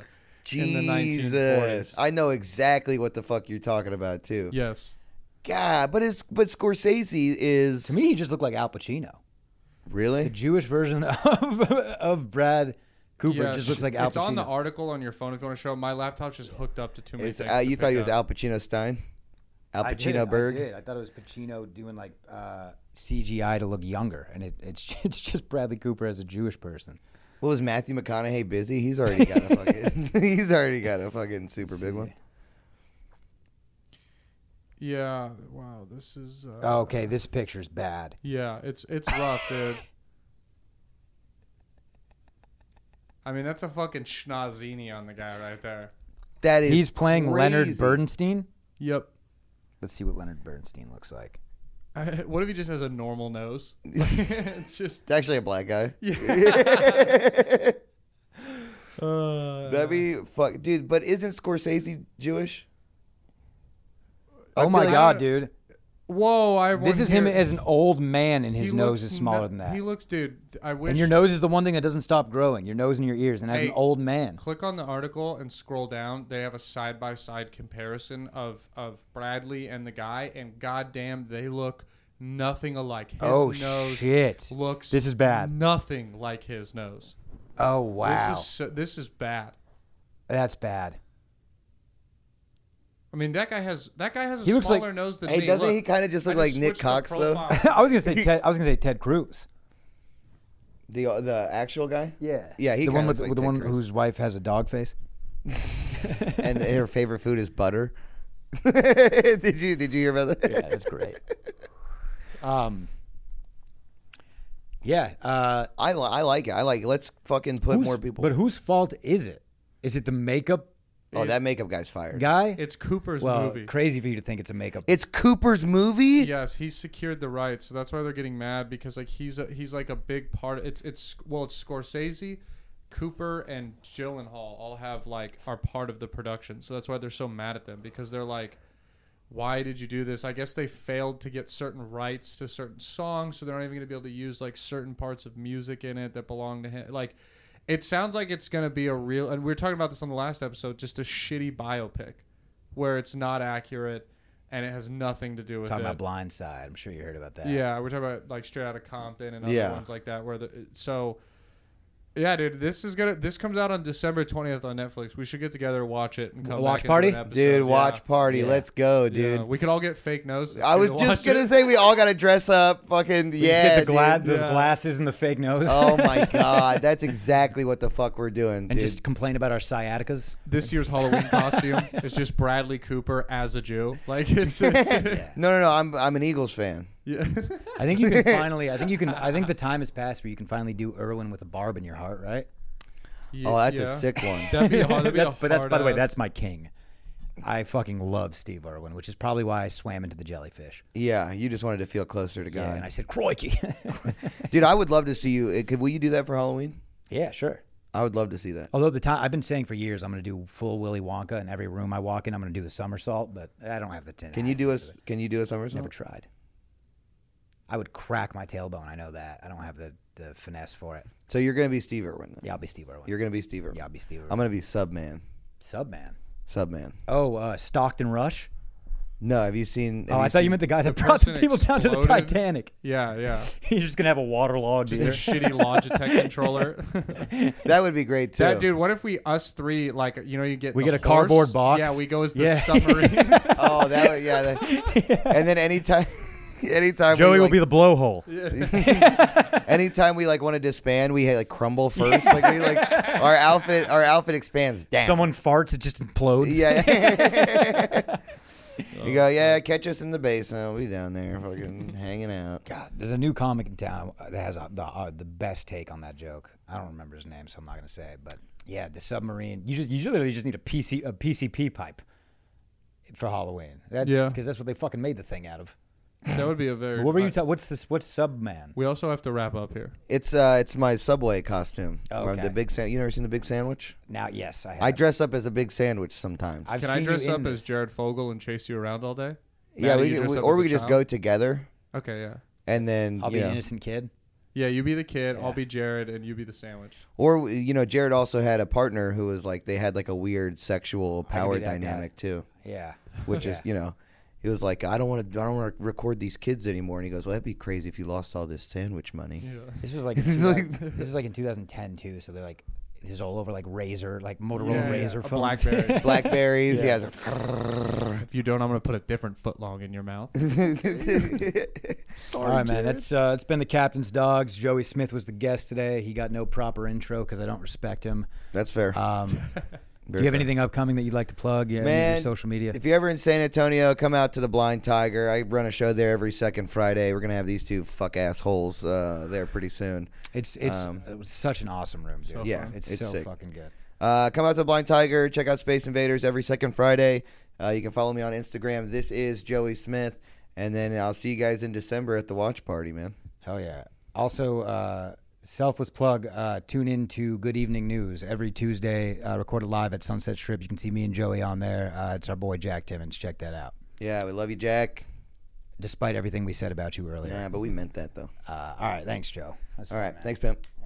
in the 1940s. Jesus, I know exactly what the fuck you're talking about too. yes, God, but it's but Scorsese is to me, he just looked like Al Pacino. The really. Jewish version [laughs] of of Brad Cooper Yeah, just looks like Al Pacino. it's on the article on your phone if you want to show. My laptop's just hooked up to too many. Is, things uh, to you thought pick he was up. Al Pacino Stein, Al I did, Pacino Berg. I did. I thought it was Pacino doing like. uh, CGI to look younger, and it, it's [laughs] it's just Bradley Cooper as a Jewish person. What was Matthew McConaughey busy? He's already got a fucking. [laughs] he's already got a fucking super big one. Yeah. Wow. This is. Uh, Okay, this picture's bad. Yeah. It's it's rough, dude. I mean, that's a fucking schnozzini on the guy right there. That is. He's playing Leonard crazy. Bernstein. Yep. Let's see what Leonard Bernstein looks like. [laughs] what if he just has a normal [laughs] nose? [laughs] just It's actually a black guy. uh, [laughs] That'd be fuck, dude. But isn't Scorsese Jewish? I oh my feel like- god, dude! Whoa! I have This one is him here. as an old man, and He his nose looks is smaller no- than that. He looks, dude. I wish. and your nose is the one thing that doesn't stop growing. Your nose and your ears, and as Hey. an old man, Click on the article and scroll down. They have a side by side comparison of of Bradley and the guy, and goddamn, they look nothing alike. His Oh, nose shit. looks This is bad. Nothing like his nose. oh wow, This is so, this is bad. that's bad. [laughs] I mean, that guy has that guy has a He looks smaller like- nose than Hey, me. doesn't Look, he kind of just I look like Nick switched the Cox [laughs] though? profile. I was gonna [laughs] say Ted. I was gonna say Ted Cruz. The uh, the actual guy. Yeah, Yeah, he the one kinda with looks like with the Ted one Cruz. whose wife has a dog face. and her favorite food is butter. [laughs] did you did you hear about that? Yeah, that's [laughs] great. um, yeah. Uh, I li- I like it. I like. Let's fucking put whose- more people. But whose fault is it? Is it the makeup oh, that makeup guy's fired. guy? It's Cooper's well, movie. crazy for you to think it's a makeup. It's Cooper's movie. Yes, he secured the rights, so that's why they're getting mad because like he's a, he's like a big part. it's it's well, it's Scorsese, Cooper, and Gyllenhaal all have like are part of the production, so that's why they're so mad at them because they're like, why did you do this? I guess they failed to get certain rights to certain songs, so they're not even gonna be able to use like certain parts of music in it that belong to him. Like, it sounds like it's gonna be a real, and we were talking about this on the last episode, just a shitty biopic where it's not accurate. And it has nothing to do with talking it. about Blind Side. I'm sure you heard about that. Yeah, we're talking about like straight out of Compton and other Yeah. ones like that. Where the so, yeah, dude, this is gonna this comes out on December twentieth on Netflix. We should get together, watch it, and come A watch back party? and do an episode. Dude, Yeah. watch party. Yeah. Let's go, Yeah, dude. we could all get fake noses. I too [laughs] was to just watch gonna it. say we all gotta dress up. Fucking You yeah, just get the, gla- dude. the Yeah. glasses and the fake nose. Oh [laughs] my god, that's exactly what the fuck we're doing, and dude. just complain about our sciaticas. this year's Halloween costume is just Bradley Cooper as a Jew. [laughs] Like it's, it's no, no, no. I'm I'm an Eagles fan. [laughs] yeah. I think [laughs] you can finally. I think you can. I think the time has passed where you can finally do Irwin with a barb in your heart, right? Oh, that's [laughs] a Yeah. sick [laughs] one. That'd be hard. uh, That'd be That's- a but that's by the way, hard-ass- that's my king. I fucking love Steve Irwin, which is probably why I swam into the jellyfish. yeah, you just wanted to feel closer to Yeah, and God, I said, "Crikey!" [laughs] [laughs] dude. I would love to see you. eh, Could will you do that for Halloween? yeah, sure. I would love to see that. Although the time I've been saying for years, I'm going to do full Willy Wonka in every room I walk in. I'm going to do the somersault, but I don't have the tin. Can you do a s- Can you do a somersault? Never tried. I would crack my tailbone. I know that. I don't have the, the finesse for it. So you're gonna be Steve Irwin. Then. Yeah, I'll be Steve Irwin. You're gonna be Steve Irwin. yeah, I'll be Steve Irwin. I'm gonna be Subman. Subman. Subman. Oh, uh, Stockton Rush. No, have you seen? have Oh, I thought you seen- meant the guy that The brought the person people down to the exploded? Titanic. [laughs] yeah, yeah. He's just gonna have a waterlogged Just a beer. shitty Logitech controller. [laughs] that would be great too. That dude, what if we us three like you know you get We the get a horse? cardboard box. Yeah, we go as [laughs] the Yeah. submarine. [laughs] Oh, that would yeah. That, and then anytime, [laughs] anytime Joey we, will like, be the blowhole. anytime we like want to disband, we like crumble first. Like we like our outfit, our outfit expands. Damn. Someone farts, it just implodes. [laughs] Yeah. you go. Yeah, catch us in the basement. We'll be down there, fucking hanging out. God, there's a new comic in town that has uh, the uh, the best take on that joke. I don't remember his name, so I'm not gonna say. it, But yeah, the submarine. You just you literally just need a PC a PCP pipe for Halloween. That's Yeah. because that's what they fucking made the thing out of. That would be a very. What were you? I- Ta- what's this? What's Subman? we also have to wrap up here. It's uh, it's my subway costume. Or Okay. The big sand. You never seen the big sandwich? Now, yes, I have. I dress up as a big sandwich sometimes. I've Can I seen you dress in up this. as Jared Fogle and chase you around all day? yeah, Maddie, we, you could- dress we- up or as we a could just go child? together Okay, yeah, and then I'll be you an know, innocent kid. yeah. You be the kid. Yeah. I'll be Jared, and you be the sandwich. or you know, Jared also had a partner who was like they had like a weird sexual could power be that guy. dynamic too. Yeah. which is you know he was like i don't want to i don't want to record these kids anymore and he goes well that'd be crazy if you lost all this sandwich money Yeah. This [laughs] was like, This is like- this was like in 2010 too. So they're like, this is all over like Razor, like Motorola Yeah, yeah, Razor a phones. [laughs] Blackberry. blackberries yeah. if you don't, I'm gonna put a different footlong in your mouth. All right, man. That's uh, it's been the captain's dogs. Joey Smith was the guest today. He got no proper intro because I don't respect him. [laughs] that's fair [laughs] Um, do you have fair. anything upcoming that you'd like to plug? Yeah, your Man, social media. if you're ever in san antonio come out to the blind tiger i run a show there every second friday we're gonna have these two fuck assholes uh, there pretty soon It's it's um, it was such an awesome room, dude. So Yeah, fun. it's, it's so sick. fucking good. Uh, come out to the Blind Tiger. Check out Space Invaders every second Friday. Uh, you can follow me on Instagram. This is Joey Smith. And then I'll see you guys in December at the watch party, man. Hell yeah. Also, uh, selfless plug. Uh, tune in to Good Evening News every Tuesday, uh, recorded live at Sunset Strip. You can see me and Joey on there. Uh, it's our boy Jack Timmons. Check that out. Yeah, we love you, Jack. Despite everything we said about you earlier. Yeah, but we meant that though. Uh, all right, thanks, Joe. That's All fun, right, man. thanks, pimp.